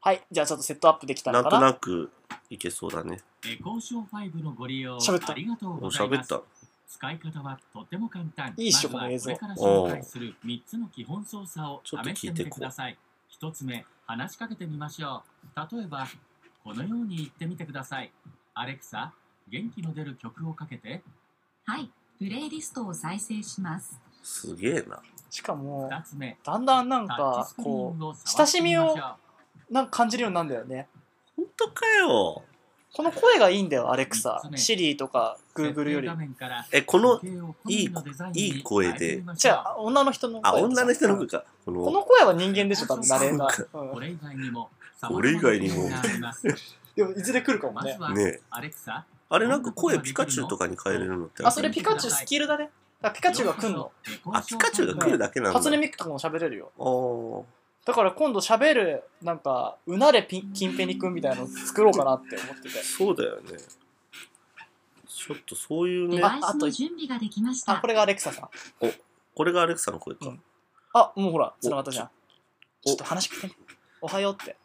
S2: はい、じゃあちょっとセットアップできた
S1: な
S2: の
S1: ん
S2: か
S1: と
S2: な
S1: なくいけそうだね。
S4: エコーショー5のご利用
S2: 喋った
S4: ありがとう
S1: もう
S4: ござい
S1: 喋
S4: ま
S1: っ
S4: す
S1: た。
S4: 使い方はとても簡単
S2: いいっしょこ
S4: まずは
S2: の映像
S4: れから紹介する3つの基本操作を
S1: ちょっと
S4: 試して
S1: 聞い
S4: み
S1: て
S4: て
S1: こう
S4: ください1つ目話しかけてみましょう例えばこのように言ってみてくださいアレクサ元気の出る曲をかけて
S3: はい、プレイリストを再生します。
S1: すげえな。
S2: しかも、
S4: 2つ目
S2: だんだんなん
S4: タッチ
S2: か
S4: ス、クリー
S2: こ
S4: ンを
S2: う、親
S4: 触っ
S2: してみ
S4: みましょう
S2: をなんか感じるようになるんだよね。
S1: ほんとかよ。
S2: この声がいいんだよ、アレクサ
S4: 三つ。目
S2: シリとか、グーグルより
S4: 設定画。面から
S1: え、この、
S4: 時計を好みのデザインに
S1: いいいい声で
S4: 変えてみまし
S2: じ
S4: ょう
S2: ゃあ、女の人の声。
S1: あ、女の人の声か。こ
S2: こ
S1: の、
S2: の声は人間でしょ、多分、慣れな
S1: そ
S2: い。う
S4: こ
S2: ん
S4: れ以外にも
S1: これ以外にも
S4: 様々な機能があ ります
S2: でも、いずれ来るかも
S4: ま
S2: ね
S4: ず。は、
S1: ね
S4: アレクサ
S1: あれなんか声ピカチュウとかに変えれるのってる
S2: あ、それピカチュウスキルだね。だからピカチュウが来んの。
S1: あ、ピカチュウが来るだけなんだ。
S2: 初音ミクとかも喋れるよ。
S1: あー
S2: だから今度喋る、なんか、うなれピンキンペニ君みたいなの作ろうかなって思ってて。
S1: そうだよね。ちょっとそういう
S3: デ
S1: ね、
S3: バイ
S2: ああ
S3: ス
S2: と
S3: の準備ができまし
S2: あ、
S3: た
S2: こ。れがアレクサさん。
S1: これがアレクサの声か。
S2: うんあ、もうほら、繋がったじゃん。
S1: お
S2: ちょっと話聞いてみおはようって。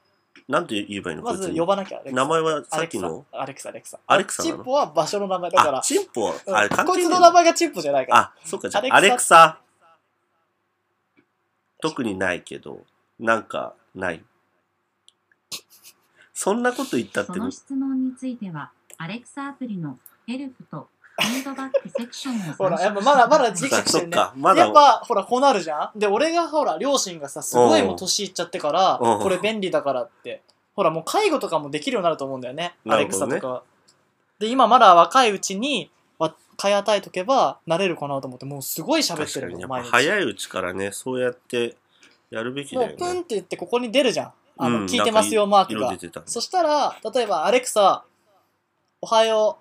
S1: なんて言えばいいの
S2: ま
S1: こ
S2: ず
S1: いつ
S2: 呼ばなきゃ、アレクサ
S1: 名前はさっきの
S2: アレクサ、アレクサ、
S1: ア
S2: ア
S1: レ
S2: レ
S1: ク
S2: ク
S1: サ
S2: サ。
S1: なの
S2: チンポは場所の名前だか
S1: あ
S2: ら、。
S1: チンポは、
S2: うん
S1: あれ関
S2: こい
S1: 係
S2: つ
S1: な
S2: の
S1: い
S2: 名前がチンポじゃないから。
S1: あ、そうか、じゃ
S2: アレク
S1: あ、
S2: サ
S1: アレクサ。特にないけど、なんか、ない。そんなこと言ったっ
S3: そ
S1: て、
S3: の質問については、アレクサアプリのヘルプとフィードバックセクションを参照
S2: ほらやっぱまだまだ
S3: し
S2: 時
S3: てくだ
S1: あ
S2: 期
S3: さい
S1: そっか、まだ
S2: やっ、ぱ、ほら、こうなるじゃんで、俺がほら、両親がさ、すごいもう年いっちゃってから、
S1: うん
S2: これ便利だからって。ほら、もう介護とかもできるようになると思うんだよね。
S1: な
S2: ア
S1: る
S2: レ
S1: ほ
S2: ク
S1: ど
S2: サ
S1: ね
S2: とか。で、今まだ若いうちに、わ買い与えとけば、慣れるかなと思って、もうすごい喋っ
S1: 確
S2: て
S1: か
S2: る
S1: に、や
S2: の、
S1: っぱ
S2: 毎日。
S1: 早いうちからね、そうやってやるべき
S2: も
S1: だ
S2: う
S1: よ
S2: プンっ
S1: ね。
S2: て言ってここに出るじゃん。あの、
S1: うん
S2: 聞いてますよ、マーク
S1: 色
S2: が
S1: 出。てたね。
S2: そしたら、例えば、アレクサ、おはよ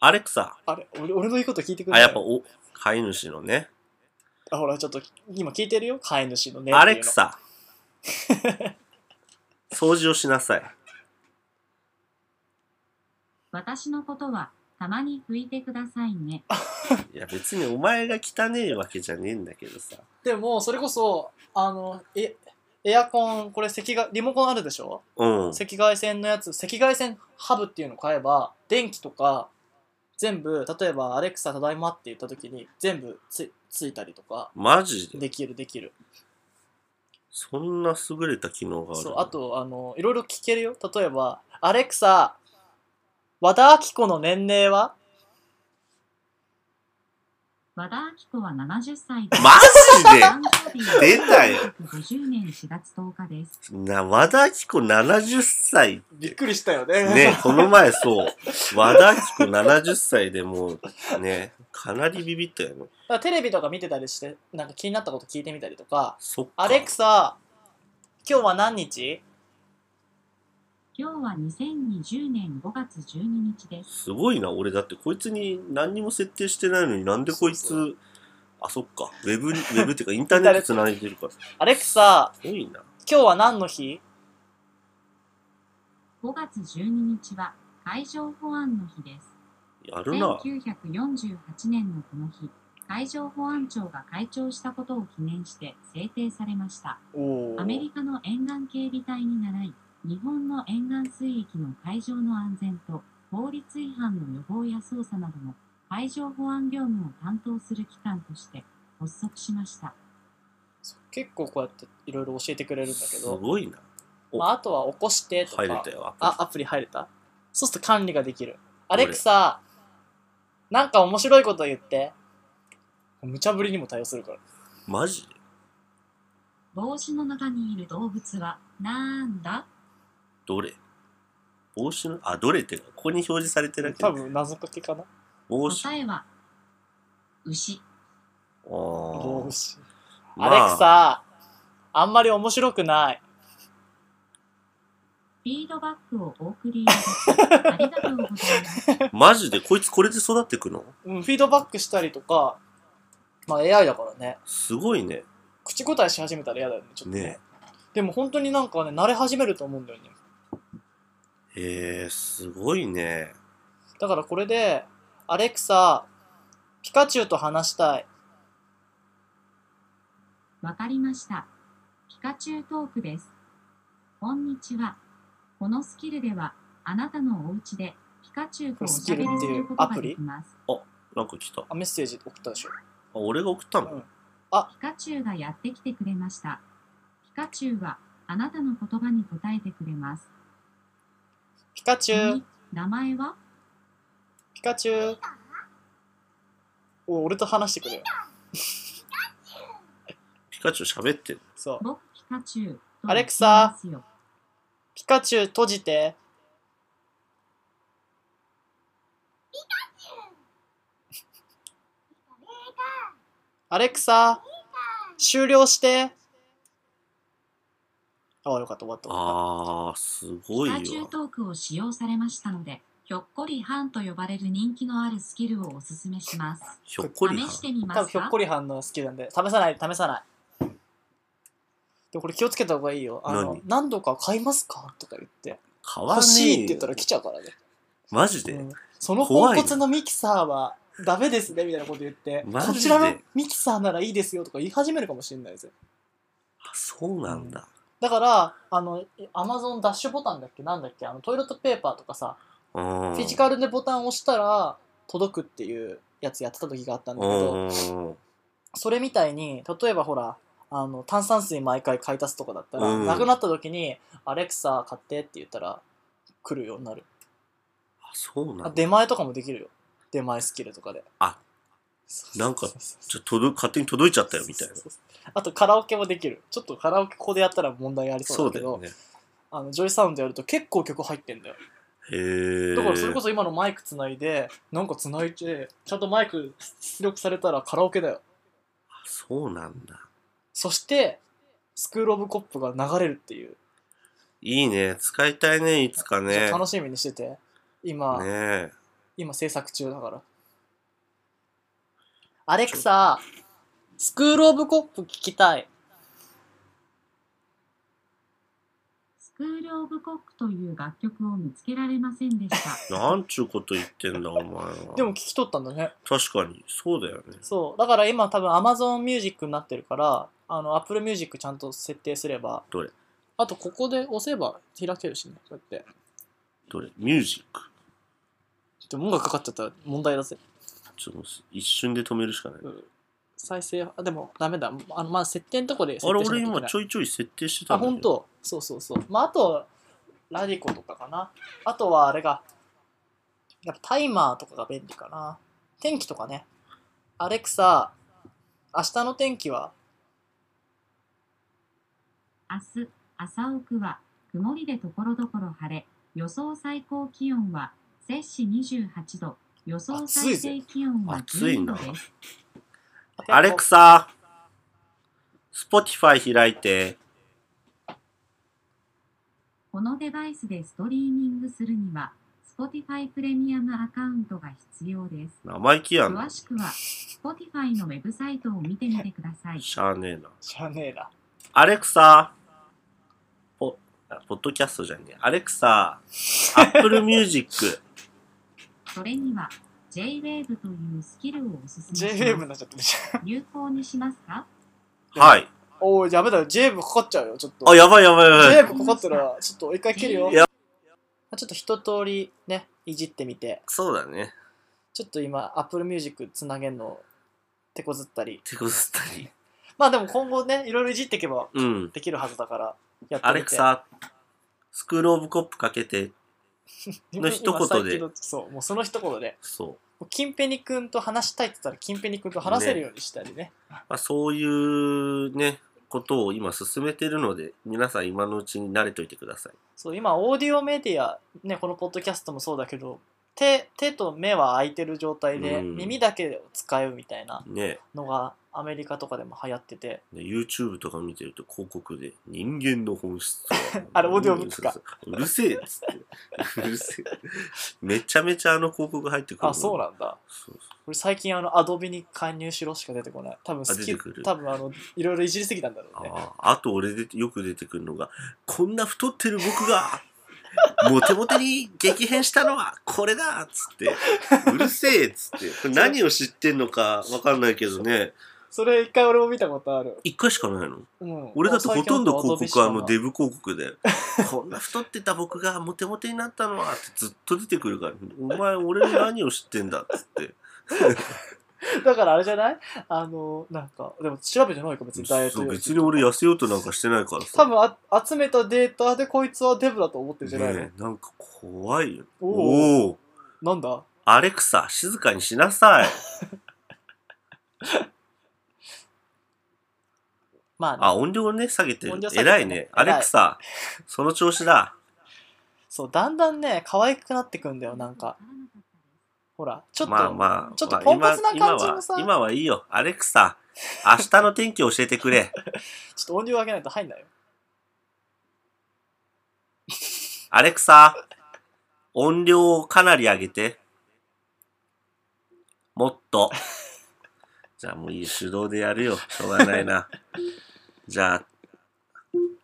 S1: アレクサ。
S2: う。あれ、俺俺の言うこと聞いてくれ
S1: あ、
S2: ない
S1: やっぱ、お、飼い主のね。
S2: あほら、ちょっと、今聞いてるよ、飼い主のね。
S1: アレク
S2: サ
S1: サ。掃除をしなさい。
S3: 私のことはたまに拭いてくださいね。
S1: いや、別にお前が汚ねえわけじゃねえんだけどさ。
S2: でもそれこそあのえエアコンこれ赤外リモコンあるでしょ
S1: うん。
S2: 赤外線のやつ赤外線ハブっていうの買えば電気とか全部例えば「アレクサただいま」って言った時に全部つついたりとか
S1: マジで
S2: できるできる
S1: そんな優れた機能がある
S2: そうあとあのいろいろ聞けるよ例えば「アレクサ和田アキ子の年齢は?
S3: 和田アキ子は70歳です。
S1: マジで
S3: 誕生日は
S1: 出たよ
S3: 1950年4月10日です。
S1: な和田アキ子70歳」
S2: びっくりしたよね
S1: ねこの前そう和田アキ子70歳でもうねかなりビビったよね
S2: だからテレビとか見てたりしてなんか気になったこと聞いてみたりとか
S1: そっか
S2: 「アレクサ今日は何日?」
S3: 今日は2020年5月12日です。
S1: すごいな俺だってこいつに何にも設定してないのになんでこいつ
S2: そう
S1: あそっかウェブにウ ェブっていうかインターネットつないでるからす
S2: アレクサ、
S1: ごいな
S2: 今日は何の日
S3: 5月12日は海上保安の日です。
S1: やるな
S3: 1948年のこの日、海上保安庁が開庁したことを記念して制定されました。
S2: お
S3: アメリカの沿岸警備隊に倣い、日本の沿岸水域の海上の安全と法律違反の予防や捜査などの海上保安業務を担当する機関として発足しました。
S2: 結構こうやっていろいろ教えてくれるんだけ
S1: す
S2: ど、
S1: ごいな
S2: まあ、あとは起こしてとか、
S1: 入れたよ
S2: あ、アプリ入れたそうすると管理ができる。アレクサ、なんか面白いこと言って。無茶ぶりにも対応するから。
S1: マジで
S3: 帽子の中にいる動物はなんだ
S1: どれ帽子のあどれっていうかここに表示されてるけ
S2: 多
S1: ど
S2: 分謎かけかな。
S1: 帽子
S3: 答えは牛。
S1: あー
S2: どうし
S1: ま
S2: アレク
S1: あ、
S2: サ、あんまり面白くない。
S3: フィードバックをお送りいただきありがとうございます。
S1: マジでこいつこれで育ってくの
S2: うん、フィードバックしたりとか、まあ AI だからね。
S1: すごいね。
S2: 口答えし始めたら嫌だよね、ちょっとね。
S1: ね
S2: でも本当になんかね、慣れ始めると思うんだよね。
S1: えー、すごいね。
S2: だからこれで、アレクサ、ピカチュウと話したい。
S3: わかりました。ピカチュウトークです。こんにちは。このスキルでは、あなたのお家でピカチュウとおしゃべりすることができます。
S1: なんか来た。あ、
S2: あ、メッセージ送ったでしょ。
S1: 俺が送ったの、
S2: うん
S3: ピカチュウがやってきてくれました。ピカチュウは、あなたの言葉に答えてくれます。
S2: ピカチュウ
S3: 君、名前は
S2: ピカチュウ。お、俺と話してくれよ。
S1: ピカチュウ喋ってる。
S2: そう。
S3: 僕、ピカチュウ。と言っていますよ
S2: ピカチュウ閉じて。アレクサ、終了して。あ、よかった、終わった。終わっ
S1: あー、すごい
S3: ピカチュウ
S1: よ。
S3: トークを使用されましたので、ひょっこりはんと呼ばれる人気のあるスキルをおすすめします。
S1: ひょっこり
S3: 試
S1: はん。
S3: してみ
S2: た
S3: ま
S2: 多分、
S3: す
S2: ひょっ
S3: か
S2: こりはんの好きなんで、試さない、試さない。でもこれ気をつけた方がいいよ。あの
S1: 何
S2: 何度か買いますかとか言って。
S1: 買わ
S2: 欲しいって
S1: ねえ
S2: 言
S1: よ
S2: ったら来ちゃうからね。
S1: マジで、
S2: うんそのポンコツのミキサーはダメですねみたいなこと言って
S1: マジ
S2: こ
S1: で
S2: ちらのミキサーならいいですよとか言い始めるかもしれないですよ
S1: あそうなんだ。
S2: だからあのアマゾンダッシュボタンだっけなんだっけあのトイレットペーパーとかさ
S1: うん。
S2: フィジカルでボタンを押したら届くっていうやつやってた時があったんだけ
S1: う
S2: ど
S1: ん
S2: それみたいに例えばほらあの炭酸水毎回買い足すとかだったら
S1: うん
S2: なくなった時に「アレクサ買って」って言ったら来るようになる
S1: あそうな
S2: あ
S1: んだ。
S2: 出前とかもできるよ出前スキルとかで
S1: あ
S2: そうそうそうそう
S1: ちょ届勝手に届いちゃったよみたいな。
S2: そうそうそうあとカラオケもできるちょっとカラオケここでやったら問題ありそ
S1: そうう
S2: だ
S1: だ
S2: けど
S1: よね。
S2: あのジョイサウンドやると結構曲入ってんだよ
S1: へえ。
S2: だからそれこそ今のマイクつないでなんかつないでちゃんとマイク出力されたらカラオケだよ
S1: あそうなんだ。
S2: そしてスクール・オブ・コップが流れるっていう、
S1: いいね。使いたいね、いつか
S2: ちょ
S1: ね。
S2: っと楽しみにしてて今、
S1: ねえ。
S2: 今制作中だからアレクサスクール・オブ・コップ聞きたい
S3: スクール・オブ・コックという楽曲を見つけられませんでした。
S1: なんちゅうこと言ってんだ、お前は。
S2: でも聞き取ったんだね
S1: 確かに、そうだよね。
S2: そうだから今多分 Amazon Music になってるからあの Apple Music ちゃんと設定すれば
S1: どれ
S2: あとここで押せば開けるしねそうやって
S1: どれミュージック。
S2: でも音楽かかっちゃったら問題だぜ、
S1: ちょっともう一瞬で止めるしかない。
S2: うん、再生あでもダメだあのまあ設定のとこで設
S1: あれ、
S2: 定しな
S1: 俺
S2: きゃいけ
S1: 今
S2: ない
S1: ちょいちょい設定してた
S2: あ
S1: んだけど。
S2: 本当そうそうそうまああとラディコとかかなあとはあれがやっぱタイマーとかが便利かな天気とかねアレクサ明日の天気は
S3: 明日、朝奥は曇りでところどころ晴れ、予想最高気温は摂氏28度、予想最低気温は
S1: 暑い
S3: 12
S1: な
S3: 度です。
S1: アレクサ、スポティファイ開いて。
S3: このデバイスでストリーミングするには、Spotify プレミアムアカウントが必要です。
S1: 生意気や
S3: 詳
S1: な。
S3: しくは Spotify のウェブサイトを見てみてください。
S1: しゃあねえな。
S2: 知らねえな
S1: アレクサ、ポ、あポッドキャストじゃねえ。アレクサ、アップルミュージッ ク。
S3: それには JWAVE というスキルをおすすめ
S2: JWAVE
S3: し
S2: に
S3: ま
S2: なっちゃってるじゃん
S3: す。有効にしますか
S1: はい。
S2: おい、やめだよ。ジェーブかかっちゃうよ、ちょっと。
S1: あ、やばいやばいやばい
S2: ジェ。ーブかかったら、ちょっと一回切るよ。
S1: いや
S2: ちょっと一通りね、いじってみて、
S1: そうだね。
S2: ちょっと今、Apple Music つなげんの、手こずったり。
S1: てこずったり。
S2: まあでも今後ね、いろいろいじっていけば
S1: うん。
S2: できるはずだから、やってみて。
S1: アレクサ、スクールオブコップかけて。の一言で
S2: 今最近のそう、もうその一言で。
S1: そう。
S2: もうキンペニ君と話したいって言ったら、キンペニ君と話せるようにしたりね。
S1: まあ、そういうね、ことを今進めてるので、皆さん今のうちに慣れといてください。
S2: そう、今、オーディオメディア、ね、このポッドキャストもそうだけど、手手と目は開いてる状態で、
S1: うん
S2: 耳だけを使うみたいな。
S1: ね。
S2: のがアメリカとかでも流行ってて
S1: ね YouTube とか見てると広告で人間の本質は
S2: あれオーディオブックか
S1: そうそううるせえっつってうるせえめちゃめちゃあの広告入ってくる
S2: あそう
S1: だ
S2: なんだ
S1: そうそ
S2: 俺最近あのアドビに加入しろしか出てこない多分好
S1: あ出
S2: き
S1: てくる
S2: 多分あのいろいろいじりすぎたんだろう
S1: う
S2: ね
S1: あああと俺でよく出てくるのがこんな太ってる僕がモテモテに激変したのはこれだっつってうるせえっつってこれ何を知ってんのかわかんないけどね
S2: それ一回俺も見たことある、
S1: 一回しかないの
S2: うん、
S1: 俺だってほとんど
S2: 最
S1: 広
S2: 近だと Adobe
S1: 告はあの
S2: し
S1: デ
S2: か
S1: ブ広告で こんな太ってた僕がモテモテになったのはってずっと出てくるからお前俺の何を知ってんだっつって
S2: ないだからあれじゃないあのなんかでも調べてないか別にダイエット
S1: そう
S2: 用
S1: 別に俺痩せようとなんかしてないから
S2: 多
S1: さ、
S2: 分あ集めたデータでこいつはデブだと思ってるんじゃないの、
S1: ねえ、なんか怖いよ
S2: お
S1: おお
S2: なんだ
S1: アレクサ静かにしなさい
S2: まあね、
S1: あ、音量をね、下げてる
S2: 音量。下げて
S1: 偉
S2: る
S1: いね。
S2: 偉
S1: ア
S2: い
S1: レクサ、その調子だ。
S2: そう、だんだんね、可愛くなってくんだよ、なんか。。ほら、ちょっと、
S1: まあまあ、
S2: ちょっと
S1: まあ
S2: ポンコツな
S1: 今
S2: 感じもさ
S1: 今は、今はいいよ。アレクサ、明日の天気教えてくれ。
S2: ちょっと音量上げないと入んないよ。
S1: アレクサ、音量をかなり上げて。もっと。 じゃあもういいよ手動でやるよ。しょうがないな。じゃあ、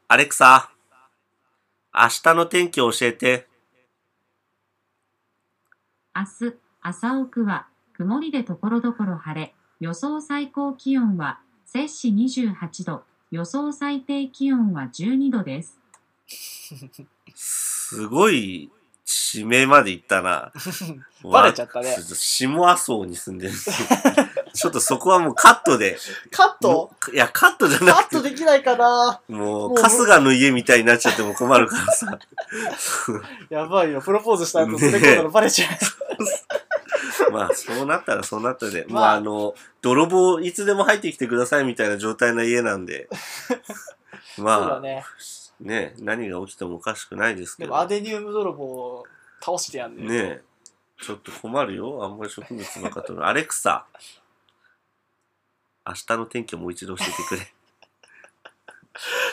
S1: アレクサ、明日の天気教えて。
S3: 明日、朝奥は曇りでところどころ晴れ、予想最高気温は摂氏28度、予想最低気温は12度です。
S1: すごい、地名まで行ったな。
S2: バレちゃったね
S1: わ。下麻生に住んでる んですよ。ちょっとそこはもうカットで。
S2: カット
S1: もういや、カットじゃ
S2: カ
S1: な
S2: ッ
S1: く
S2: ト
S1: て、
S2: できないかな
S1: も
S2: も
S1: う、
S2: う
S1: 春日の家みたいになっちゃっても困るからさ。
S2: やばいよ、プロポーズした後、それこそのバレちゃ う。
S1: まあ、そうなったらそうなったで、
S2: ま
S1: ま
S2: あ
S1: あ、あの、泥棒いつでも入ってきてくださいみたいな状態な家なん で、
S2: そうだ
S1: まあ、
S2: ね。
S1: ね何が起きてもおかしくないですけ
S2: で
S1: ど。
S2: も、アデニウム泥棒を倒してやんね。
S1: ねえ。ちょっと困るよ。あんまり植物の方の。アレクサ。明日の天気をもう一度教えてく れ。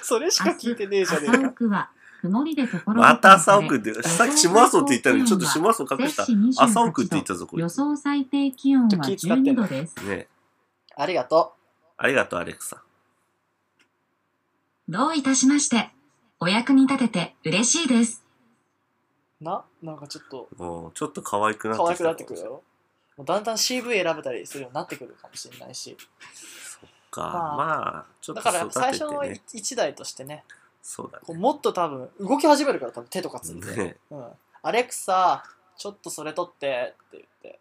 S2: それしか聞いてねえじゃねえ
S3: 朝
S2: か。
S3: 奥は曇りでところどころ晴
S1: ま
S3: れ。
S1: た朝奥で、さっき島麻生って言ったのに、ちょっと島麻生隠した
S3: 摂。氏
S1: 朝奥って
S3: 28
S1: 言っ
S3: 度
S1: たぞ、これ。
S3: 予
S1: ね
S3: 想最低気温は
S2: ちょっと気使ってん
S3: 12
S2: の
S3: 度です。
S1: え。
S2: ありがと
S1: ありがとう、アレクサ。
S3: どういたしまして。お役に立てて嬉しいです。
S2: う。な、なんかちょっと、
S1: もう、ちょっと可愛くなって
S2: 可愛くなってくるよ。もうだんだん CV 選べたりするようになってくるかもしれないし。
S1: か。
S2: まあ
S1: まあ、ちょっ
S2: だ
S1: と
S2: から、最
S1: 育て
S2: 初の
S1: てね。
S2: 1台としてね、
S1: そうだ
S2: こうもっと多分、動き始めるから、多分手とかついて。
S1: ね。
S2: うん。アレクサ、ちょっとそれ取ってって言って、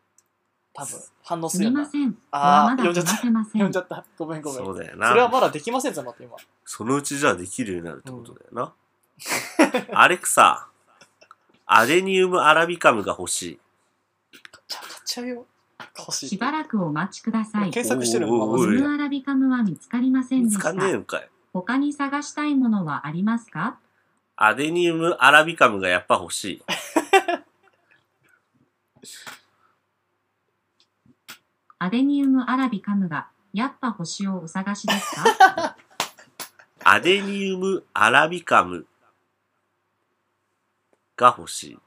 S2: 多分反応する
S3: す
S2: よ
S3: み
S2: う
S3: ま
S2: な。
S3: せん。
S2: あー
S3: まだ話せませ
S2: 読
S3: ん
S2: んじ。ゃった。ごめんごめん。
S1: そ
S2: そう
S1: だよ
S2: れ
S1: な。
S2: はまだできませんじゃなって今。
S1: そのうちじゃあできるようになるってことだよ な。アレクサ。アデニウムアラビカムが欲しい。
S2: じゃあ買っちゃうよ。欲しい。
S3: しばらくお待ちください。
S2: 検索してる
S1: お
S2: も
S1: ー
S2: ん、
S1: おー
S2: ま
S1: お
S2: ず
S1: ー
S3: ズムアラビカムは見つかりません
S1: 見
S3: で
S1: つ
S3: し
S1: か
S3: た
S1: ん。ねえのかい。
S3: 他に探したいものはありますか
S1: アデニウムアラビカムがやっぱ欲しい。
S3: アデニウムアラビカムが、やっぱ星をお探しですか
S1: アデニウムアラビカムが欲しい。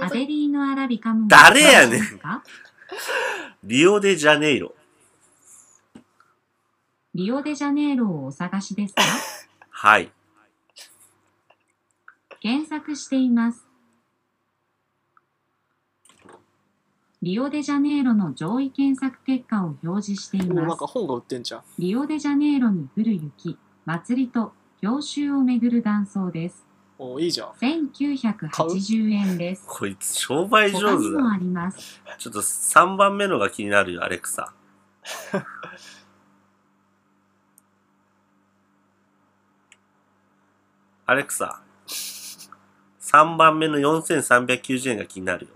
S3: アデリーヌアラビカムが
S1: 誰やねん
S3: お探しですか
S1: リオデジャネイロ。
S3: リオデジャネイロをお探しですか
S1: はい。
S3: 検索しています。リオデジャネイロの上位検索結果を表示してい
S2: おな
S3: ま
S2: ん
S3: す
S2: か。本が売ってんじゃん。
S3: リオデジャネイロに降る雪、祭りと郷愁をめぐる断層です。
S2: おいいじゃん。
S3: 1980円です。
S1: こいつ商売
S3: 他
S1: 上
S3: に
S1: 手
S3: も
S1: だ。
S3: あります。
S1: ちょっと3番目のが気になるよ、アレクサ。アレクサ。3番目の4390円が気になるよ。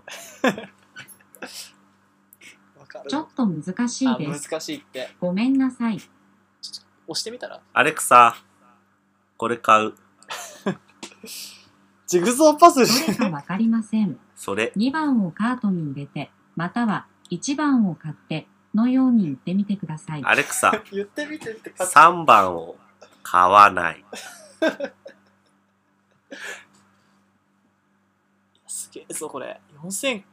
S2: わかる。
S3: ちょっと難しい
S2: あ、
S3: です。
S2: 難しいって。
S3: ごめんなさい。
S2: 押してみたら
S1: アレクサ、これ買う。
S2: ジグゾーパズル
S3: どれかわかりま せん。
S1: それ。
S3: 2番をカートに入れて、または1番を買ってのように言ってみてください。
S1: アレクサ。
S2: 言ってみてってか
S1: 3番を買わない。
S2: すげえぞこれ4000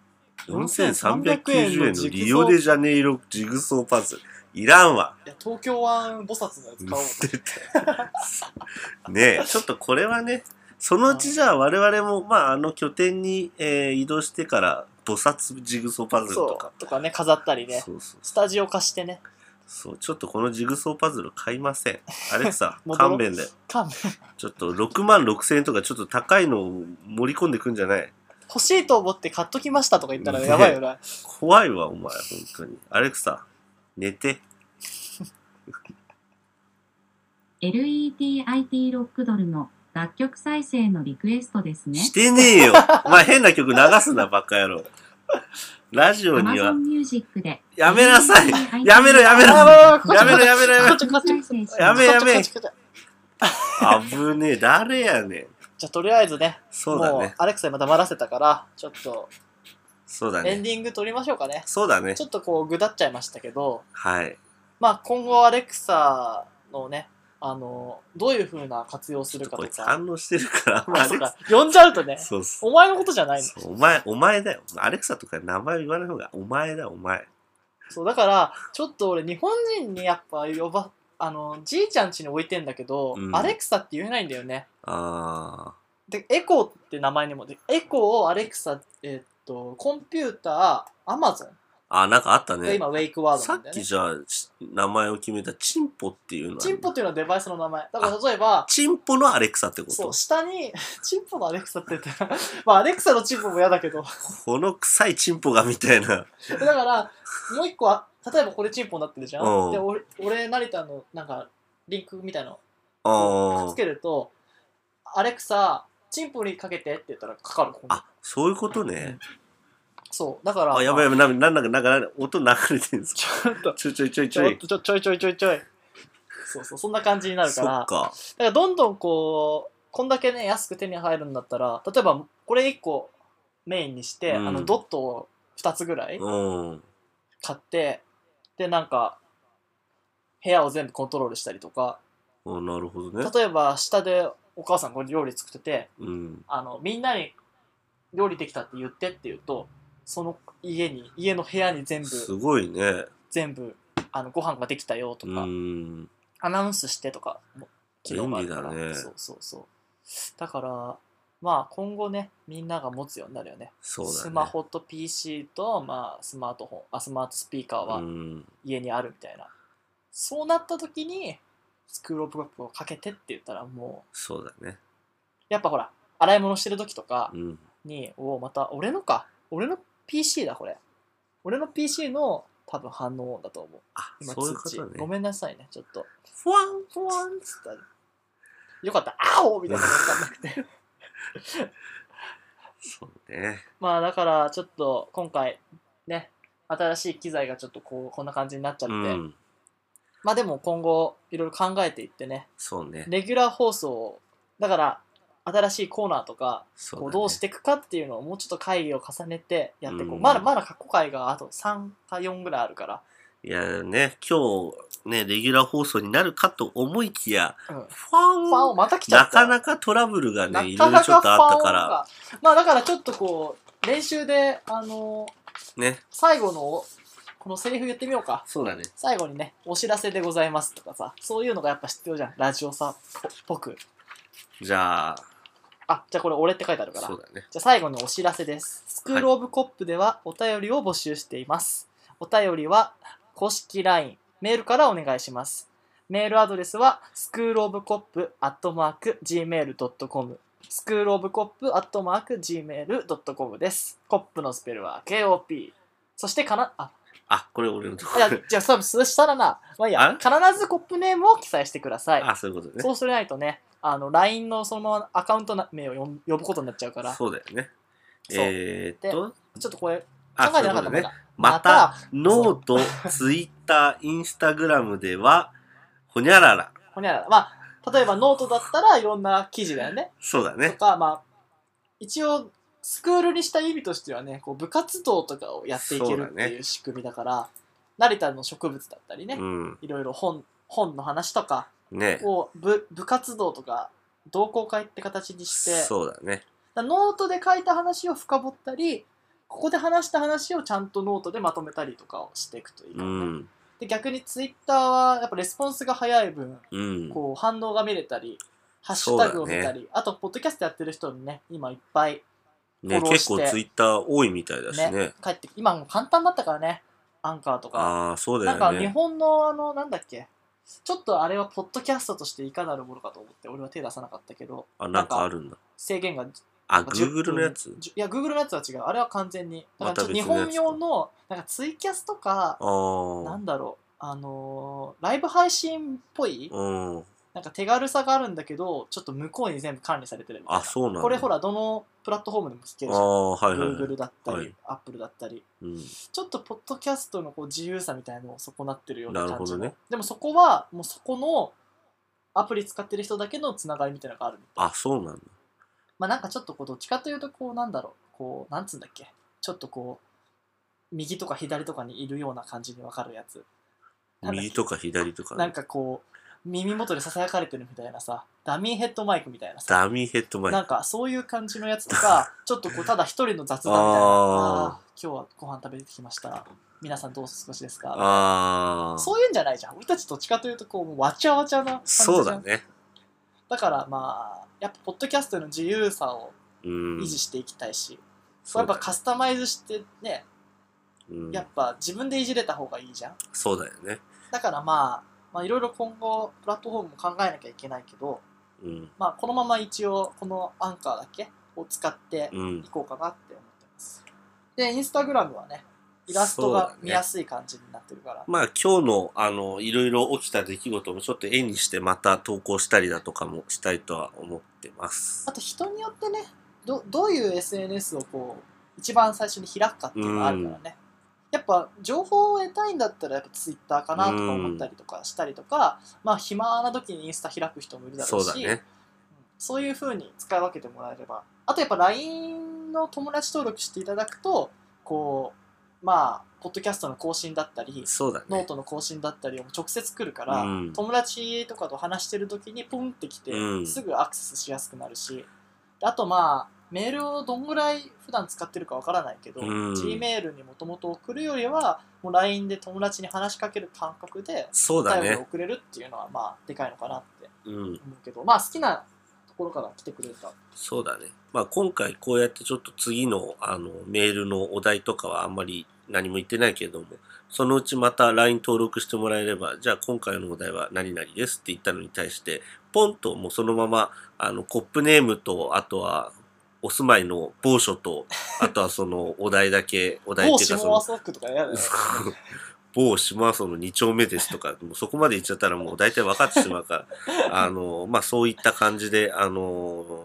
S1: 4390円のリオデジャネイロジグソーパズル。いらんわ。
S2: いや東京湾菩薩のやつ買お う
S1: ねえ、ちょっとこれはね、そのうちじゃあ我々も、まあ、あの拠点に、えー移動してから、菩薩ジグソーパズルと
S2: そ
S1: か。
S2: うとかね飾ったりね
S1: そうそう
S2: スタジオ貸してね
S1: そう。ちょっとこのジグソーパズル買いま
S2: 、
S1: せん。アレクサ
S2: 戻ろう
S1: 勘弁で。
S2: 勘弁
S1: ちょっと6万6千円とかちょっと高いのを盛り込んでくんじゃない
S2: 欲しいと思って買っときましたとか言ったら
S1: ね
S2: やばいよな
S1: 怖いわ、お前、本当に。アレクサ、寝て。
S3: LETIT ロックドルの楽曲再生のリクエストですね
S1: し。てねえよ。お前変な曲流すな、バカ野郎。ラジオには
S3: Amazon、Music で。
S1: やめなさいやめろ やめろ
S2: あー
S1: やめろやめろやめろ
S2: こっちこっちこっち
S1: やめやめ
S2: こっちこっちこっち
S1: 危ねえ、誰やねん。
S2: じゃあとりあえずね、
S1: そうだ
S2: もう
S1: ね。
S2: アレクサにまた待らせたから、ちょっと
S1: そうだ
S2: エン
S1: ね。
S2: ディング撮りましょうかね。
S1: そうだね
S2: ち。ょっとこう、ぐだっちゃいましたけど、
S1: はい。
S2: まあ今後アレクサのね、あの、どういう風な活用するか
S1: こといつ
S2: か。
S1: 反応してるから、
S2: あ、
S1: あ
S2: そ
S1: れ
S2: うか。呼んじゃうとね、
S1: そうそう
S2: お前のことじゃないの。
S1: そうお前、お前だよ。アレクサとか名前言わない方が、お前だ、お前。
S2: そう、だから、ちょっと俺日本人にやっぱ呼ば、あの、じいちゃん家に置いてんだけど、
S1: うん
S2: アレクサって言えないんだよね。
S1: あ
S2: で、エコーって名前にも、でエコー、アレクサ、えっと、コンピューター、アマゾン
S1: あ。あ、なんかあった
S2: が
S1: ね。
S2: 今、ウェイクワード
S1: さ
S2: なん
S1: っ
S2: だよ
S1: き
S2: ね。
S1: じゃあ、し名前を決めた、チンポっていうのは。
S2: チンポっていうのはデバイスの名前。だから例えば、
S1: チンポのアレクサってこ
S2: そ
S1: と
S2: う、下に、 チンポのアレクサって言って、まあ、アレクサのチンポも嫌だけど、
S1: この臭いチンポがみたいな。
S2: だから、もう一個は、例えばこれチンポになってるじゃ。
S1: うんん
S2: で、俺、俺成田の、なんか、リンクみたいなの
S1: あ
S2: をくっ
S1: あ
S2: つ。けると、アレクサ、チンポにかけてって言ったらかかる。ここに
S1: あ、そういうことね。
S2: そう、だから、
S1: あ、やばいやばい、なんか、なんか、なんか、音流れてるんですか。
S2: ちょっと、
S1: ちょいちょいちょい
S2: ち
S1: ち
S2: ょ
S1: ょ
S2: っ
S1: い。
S2: と、ちょいちょいちょいちょい。そうそう、そんな感じになるか
S1: そ
S2: ら、
S1: っか。
S2: だからどんどんこう、こんだけね、安く手に入るんだったら、例えばこれ1個メインにして、
S1: うん
S2: あのドットを2つぐらい
S1: うん。
S2: 買って、で、なんか、部屋を全部コントロールしたりとか、
S1: おなるほどね。
S2: 例えば下でお母さんこれ料理作ってて、
S1: うん。
S2: あの、みんなに料理できたって言ってって言うと、その家に、家の部屋に全部、
S1: すごいね。
S2: 全部、あの、ご飯ができたよと
S1: う
S2: か、
S1: ん。
S2: アナウンスしてとかも機能があるから
S1: 便利だね
S2: そうそうそうだからまあ今後ねみんなが持つようになるよね
S1: そうだね。
S2: スマホと PC と、まあ、スマートフォンあスマートスピーカー
S1: う
S2: は
S1: ん。
S2: 家にあるみたいな、そうなった時にスクロールプロップをかけてって言ったらもう
S1: そうだね。
S2: やっぱほら洗い物してる時とか
S1: うん。
S2: に、おおまた俺のか俺の PC だこれ俺の PC の多分反応音だと思う
S1: あ、
S2: 今
S1: そういうこ
S2: 通知
S1: とね。
S2: ごめんなさいねちょっと
S1: ふわん。
S2: ポワンっつったらよかった「あお!」みたいなの分かんなく て
S1: そうね。
S2: まあだからちょっと今回ね新しい機材がちょっとこうこんな感じになっちゃっ
S1: う
S2: て、
S1: ん。
S2: まあでも今後いろいろ考えていってね
S1: そうね。
S2: レギュラー放送をだから新しいコーナーとか
S1: そ
S2: こう
S1: う
S2: どうしてていくかっていうのをもうちょっと会議を重ねてやっていこう、
S1: うん
S2: まだまだ過去回があと3か4ぐらいあるから、
S1: いやね、今日、ね、レギュラー放送になるかと思いきや、
S2: うん、フ
S1: ふわん。
S2: ァンをまた来ちゃ
S1: な
S2: った
S1: かなかトラブルが
S2: な
S1: ね、いろ
S2: か
S1: いろ
S2: な
S1: ちょ
S2: か
S1: っ
S2: フ
S1: と
S2: ァン
S1: あった
S2: が
S1: から、
S2: まあだからちょっとこう練習であの
S1: ね。
S2: 最後のこのセリフ言ってみようか
S1: そうだね。
S2: 最後にねお知らせでございますとかさそういうのがやっぱ必要じゃんラジオさっぽく
S1: じゃあ、
S2: あじゃあこれ俺って書いてあるから
S1: そうだね。
S2: じゃあ最後にお知らせです。スクールオブコップではお便りを募集しています。お便りは公式 LINE、メールからお願いします。メールアドレスはスクールオブコップアットマーク Gmail.com スクールオブコップアットマーク Gmail.com です。コップのスペルは KOP。そしてかな、あ、
S1: あ、これ俺のとこ
S2: いやじゃあそうそしたらな、まあいいや、必ずコップネームを記載してください。
S1: あ、そういうことね。
S2: そうすれないとね、あの LINE のそのままアカウント名を呼ん呼ぶことになっちゃうから。
S1: そうだよね。
S2: そう
S1: えーっと、
S2: ちょっとこれ考
S1: あ
S2: えてなか
S1: そ
S2: ったもん
S1: ういうことね
S2: だ。
S1: ま
S2: ま
S1: た、ノート、ツイッター、インスタグラムでは、ほにゃらら。
S2: ほにゃらら。まあ、例えばノートだったらいろんな記事だよね。
S1: そうだ
S2: と
S1: ね。
S2: か、まあ、一応、スクールにした意味としてはね、こう部活動とかをやっていけるって
S1: そう
S2: い
S1: だ
S2: う仕組みだから、成田の植物だったりね、
S1: うん。
S2: いろいろ本本の話とか
S1: ね。
S2: を部部活動とか同好会って形にして、
S1: そうだね。
S2: だからノートで書いた話を深掘ったり、ここで話した話をちゃんとノートでまとめたりとかをしていくといいか
S1: う
S2: もね。
S1: ん。
S2: で逆にツイッターはやっぱレスポンスが早い分
S1: うん。
S2: こう反応が見れたりハッシュタグを見
S1: そ
S2: た
S1: う
S2: り、あとポッドキャストやってる人にね今いっぱい
S1: ね、
S2: フォローし
S1: 結
S2: て
S1: 構ツイッター多いみたいだし
S2: ね
S1: ね。
S2: 帰って今もう簡単だったからねアンカーとか、
S1: ああ、そうだ
S2: なんか
S1: よ
S2: 日
S1: ね。
S2: 本のあのなんだっけちょっとあれはポッドキャストとしていかなるものかと思って俺は手出さなかったけど
S1: あ、なんかあるんだ。
S2: 制限が
S1: あ、
S2: 10
S1: Google のやつ
S2: じゅいや Google のやつは違うあれは完全にだからちょっと日
S1: また別のやつ
S2: 本用のなんかツイキャスとか
S1: ああ
S2: なんだろうあのーライブ配信っぽい、。
S1: うん。
S2: なんか手軽さがあるんだけど、ちょっと向こうに全部管理されてるみたいな。
S1: あ、そうなんだ。
S2: これほら、どのププラットフォームでも聞ける
S1: あ
S2: じゃん。
S1: あ、はいはいはい。
S2: Google だったり、
S1: はい
S2: Apple だったり、
S1: うん、
S2: ちょっとポッドキャストのこう自由さみたいのを損なってるような
S1: なる
S2: 感
S1: ほ
S2: じ
S1: ど
S2: の、
S1: ね
S2: でもそこはもうそこのアプリ使ってる人だけのつながりみたいなのがある
S1: あ、そうなんだ。
S2: まあなんかちょっとこうどっちかというとこうなんだろうこうなんつうんだっけちょっとこう右とか左とかにいるような感じにわかるやつなんだっけ
S1: 右とか左とか、
S2: なんかこう耳元でささやかれてるみたいなさダミーヘッドマイクみたいなさ
S1: ダミーヘッドマイ
S2: なん
S1: ク。
S2: かそういう感じのやつ とかちょっとこうただ一人の雑談みた
S1: あ
S2: いな
S1: ー
S2: あー今日はご飯食べてきました皆さんどうお過ごしですか
S1: ああ、
S2: そういうんじゃないじゃん俺たちどっちかというとこうもうわちゃわちゃな感じじゃん
S1: そうだね。
S2: だからまあやっぱポッドキャストの自由さを
S1: うん。
S2: 維持していきたいし、
S1: そう
S2: やっぱ
S1: だ
S2: カスタマイズしてね、
S1: うん
S2: やっぱ自分でいじれた方がいいじゃん。
S1: そうだよね。
S2: だからまあ、まあいろいろ今後、プラットフォームも考えなきゃいけないけど、
S1: うん。
S2: まあこのまま一応、このアンカーだけを使って
S1: うん
S2: い。こうかなって思ってます。で、インスタグラムはね、イラスト
S1: そう
S2: が
S1: だね
S2: 見やすい感じになってるから、
S1: まあ今日のあのいろいろ起きた出来事もちょっと絵にしてまた投稿したりだとかもしたいとは思ってます
S2: あ。と人によってね、どどういう SNS をこう、一番最初に開くかっていうのがあるからね。やっぱ情報を得たいんだったらやっぱツイッターかなとか思ったりとかしたりとか、まあ暇な時にインスタ開く人もいるだろ
S1: そうう
S2: し
S1: だね。
S2: そういう風に使い分けてもらえれば。あとやっぱ LINE の友達登録していただくと、こう、まあ、ポッドキャストの更新だったり、
S1: そうだ
S2: ノー
S1: ね。
S2: トの更新だったりを直接来るから、
S1: うん
S2: 友達とかと話してる時にポンってきて、
S1: うん
S2: すぐアクセスしやすくなるし、であとまあ、メールをどんぐらい普段使ってるかわからないけど、
S1: うん
S2: Gmail にもともと送るよりは、もう LINE で友達に話しかける感覚で、
S1: そうだ
S2: 頼りを
S1: ね。
S2: 送れるっていうのはまあ、でかいのかなって
S1: うん。
S2: 思うけど、まあ好きなところから来てくれた。
S1: そうだね。まあ今回こうやってちょっと次のあのメールのお題とかはあんまり何も言ってないけれども、そのうちまた LINE 登録してもらえれば、じゃあ今回のお題は何々ですって言ったのに対して、ポンともうそのままあのコップネームと、あとはお住まいの某所と、あとはそのお題だけ、お題
S2: 某
S1: っていう
S2: 下
S1: かその
S2: は、ソックとか嫌 だよね。
S1: 某島麻の2丁目ですとか、もうそこまで言っちゃったらもう大体分かってしまう から、あの、まあそういった感じで、あの、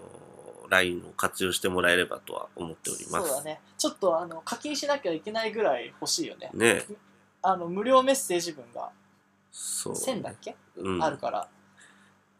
S1: LINE を活用してもらえればとは思っておりま
S2: そう
S1: す。
S2: だね。ちょっとあの課金しなきゃいけないぐらい欲しいよね。
S1: ねえ
S2: あの無料メッセージ分が
S1: そう。
S2: 1000だっけ、
S1: うん
S2: あるから。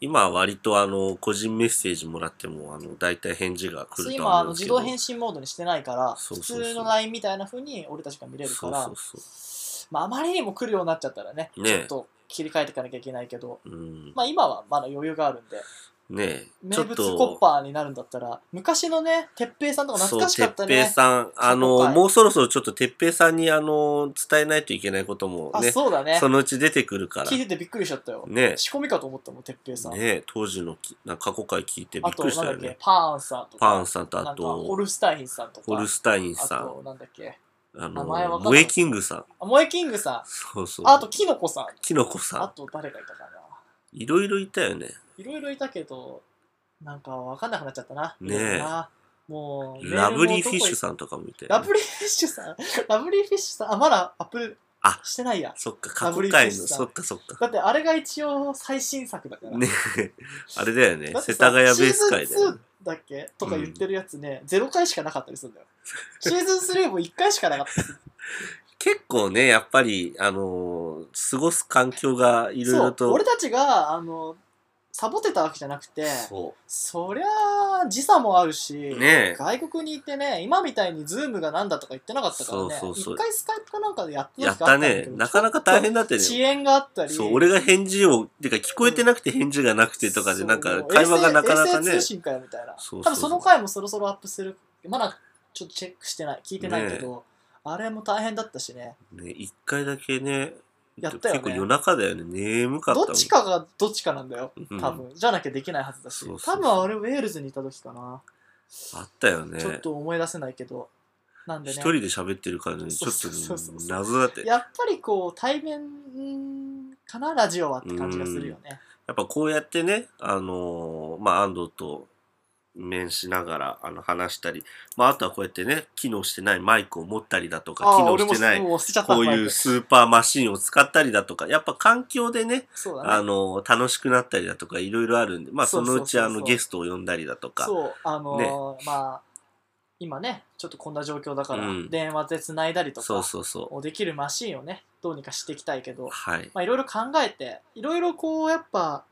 S1: 今は割とあの、個人メッセージもらっても、あの、大体返事が来
S2: そう
S1: ると
S2: 今
S1: は
S2: あ
S1: 思
S2: の
S1: うんです
S2: 自
S1: けど。
S2: 動返信モードにしてないから、
S1: そ
S2: 普
S1: うそうそう
S2: 通の LINE みたいな風に俺たちが見れるから、
S1: そうそう
S2: まああまりにも来るようになっちゃったらね、
S1: ね
S2: ちょっと切り替えていかなきゃいけないけど、
S1: そう。うん。
S2: まあ今はまだ余裕があるんで、
S1: ねえちょ
S2: 名
S1: っ
S2: 物
S1: と。
S2: コッパーになるんだったら、昔のね、鉄平さんとか懐かしかった
S1: そう、
S2: ね。
S1: てっぺいさん。あ
S2: 過去
S1: の、
S2: 回
S1: もうそろそろちょっとてっぺいさんに、あの、伝えないといけないことも
S2: あ、
S1: ね、
S2: そうだね
S1: そ。のうち出てくるから
S2: 聞い。ててびっくりしちゃったよ。
S1: ね
S2: 仕込みかと思ったもん、てっぺいさん。
S1: ねえ当時のきなんか過去回聞いてび
S2: あ
S1: っ
S2: と、
S1: くりし
S2: なん
S1: た
S2: だ
S1: よ
S2: っけ
S1: ね。、
S2: パーンさんとか。
S1: パンさんと
S2: な
S1: あ
S2: んかホ
S1: と、
S2: ルスタインさんとか。
S1: ホルスタインさ
S2: あ
S1: ん、
S2: と、なんだっけ。
S1: あ
S2: 名前わ
S1: の、
S2: かんない
S1: 萌えキングさん、
S2: あ、萌えキングさ
S1: そうそ
S2: ん。あ
S1: う、
S2: と、キノコさん。
S1: キノコ
S2: あ
S1: さ
S2: と、誰がいたかな。
S1: ん、いろいろいたよね。
S2: いろいろいたけど、なんかわかんなくなっちゃったな。
S1: ねえ
S2: いろいろなもう、
S1: ラブリーフィッシュ
S2: ん。
S1: さんとかもいて。
S2: ラブリーフィッシュさん ラブリーフィッシュさん。あ、まだアップ
S1: あ
S2: してないや。
S1: そっか、
S2: ラ
S1: 過
S2: ブ
S1: 去
S2: リーフィッ
S1: 回
S2: シュ
S1: の、
S2: さん
S1: そっかそっか。
S2: だって、あれが一応最新作だから。
S1: ね えあれだよね
S2: だ、って
S1: 世
S2: さ
S1: 田谷ベース会
S2: シ
S1: だ
S2: ーズン
S1: よ
S2: 2
S1: ね。
S2: だっけとか言ってるやつね、0回しかなかったりする んだよ。シーズン3も1回しかなかった。
S1: 結構ね、やっぱり、あのー、過ごす環境がいろい
S2: そ
S1: ろ
S2: う、
S1: と。
S2: 俺たちが、あの、サボってたわけじゃなくて、
S1: そ
S2: そりゃあ、時差もあるし、
S1: う。ねえ
S2: 外国に行ってね、今みたいにズームがなんだとか言ってなかったからね、一
S1: そうそうそう
S2: 回スカイプかなんかでやって
S1: やったね。なかなか大変だって
S2: で
S1: ね。
S2: 遅延があったり、
S1: そう、俺が返事を、てか聞こえてなくて返事がなくてとかで、
S2: そう
S1: なんか会話がなかなか
S2: 衛星衛
S1: ね
S2: 星通、信かよみたい
S1: そ
S2: な。
S1: うそうそう
S2: 多分その回もそろそろアップする。まだちょっとチェックしてない、聞いてないけど、あれも大変だったしね。
S1: ね、一回だけね、
S2: やったよね
S1: 結構夜中だよね、眠かった
S2: ど
S1: もん
S2: っちかがどっちかなんだよ、
S1: うん
S2: 多分。じゃなきゃできないはずだし
S1: そう。そう
S2: 多
S1: そう
S2: 分あれウェールズにいた時かな。
S1: あったよね
S2: ちょ。っと思い出せないけど。なんで
S1: 一
S2: ね。
S1: 人で喋ってる感じで、ちょ
S2: そう
S1: っと
S2: そうそうそう
S1: 謎だって。や
S2: やっぱりこう、対面かな、ラジオはって感じがするよね。
S1: っぱこうやってね、あのーまあ、安藤と面しながら、あの、話したり、まあ、あとはこうやってね、機能してないマイクを持ったりだとか、
S2: あ
S1: 機
S2: あ、
S1: 能
S2: 俺
S1: し
S2: も
S1: てない、
S2: もう捨てちゃった。
S1: こう
S2: マイ
S1: いう
S2: ク
S1: スーパーマシンを使ったりだとか、やっぱ環境でね、
S2: そうだ
S1: あ
S2: ね。
S1: の、楽しくなったりだとか、いろいろあるんで、まあ、
S2: そ
S1: そう
S2: そう
S1: の
S2: そうう
S1: ち、
S2: そう
S1: あの、ゲストを呼んだりだとか、
S2: そう、あのーまあ、今ねちょっとこんな状況だから
S1: うん
S2: 電話で繋いだりと
S1: そう
S2: か
S1: そうそ
S2: をできるマシンをねどうにかしていきたいけ
S1: う
S2: ど
S1: はい
S2: まあいろいろ考えていろいろこうやっぱ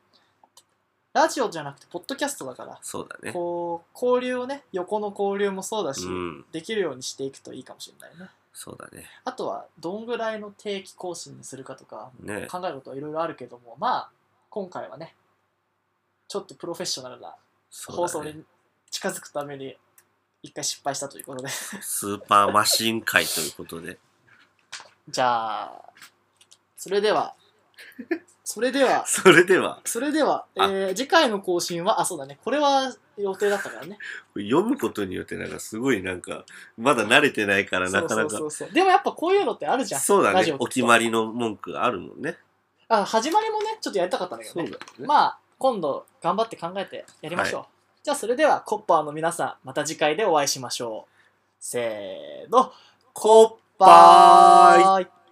S2: ラジオじゃなくてポッドキャストだから
S1: そうだね
S2: こう交流をね横の交流もそうだし、
S1: うん
S2: できるようにしていくといいかもしれないね
S1: そうだね
S2: あとはどんぐらいの定期更新にするかとか
S1: ね
S2: 考えることはいろいろあるけどもまあ今回はねちょっとプロフェッショナルな
S1: そ
S2: 放
S1: うだ
S2: 送
S1: ね
S2: に近づくために一回失敗したということで
S1: スーパーマシン界ということで
S2: じゃあそれで はそれでは
S1: それでは
S2: それでは、え
S1: あ
S2: ー次回の更新はあそうだねこれは予定だったからね
S1: 読むことによってなんかすごいなんかまだ慣れてないからなかな
S2: そう
S1: か
S2: そうそうそうでもやっぱこういうのってあるじゃん
S1: そうだ
S2: ラジ
S1: ね
S2: オ
S1: お
S2: 聞く
S1: 決
S2: と
S1: まりの文句あるもんね
S2: あ始まりもねちょっとやりたかったんだけど
S1: そう
S2: ね
S1: だね
S2: まあ今度頑張って考えてやりましょう、じゃあそれではコッパーの皆さんまた次回でお会いしましょうせーのコッパーイ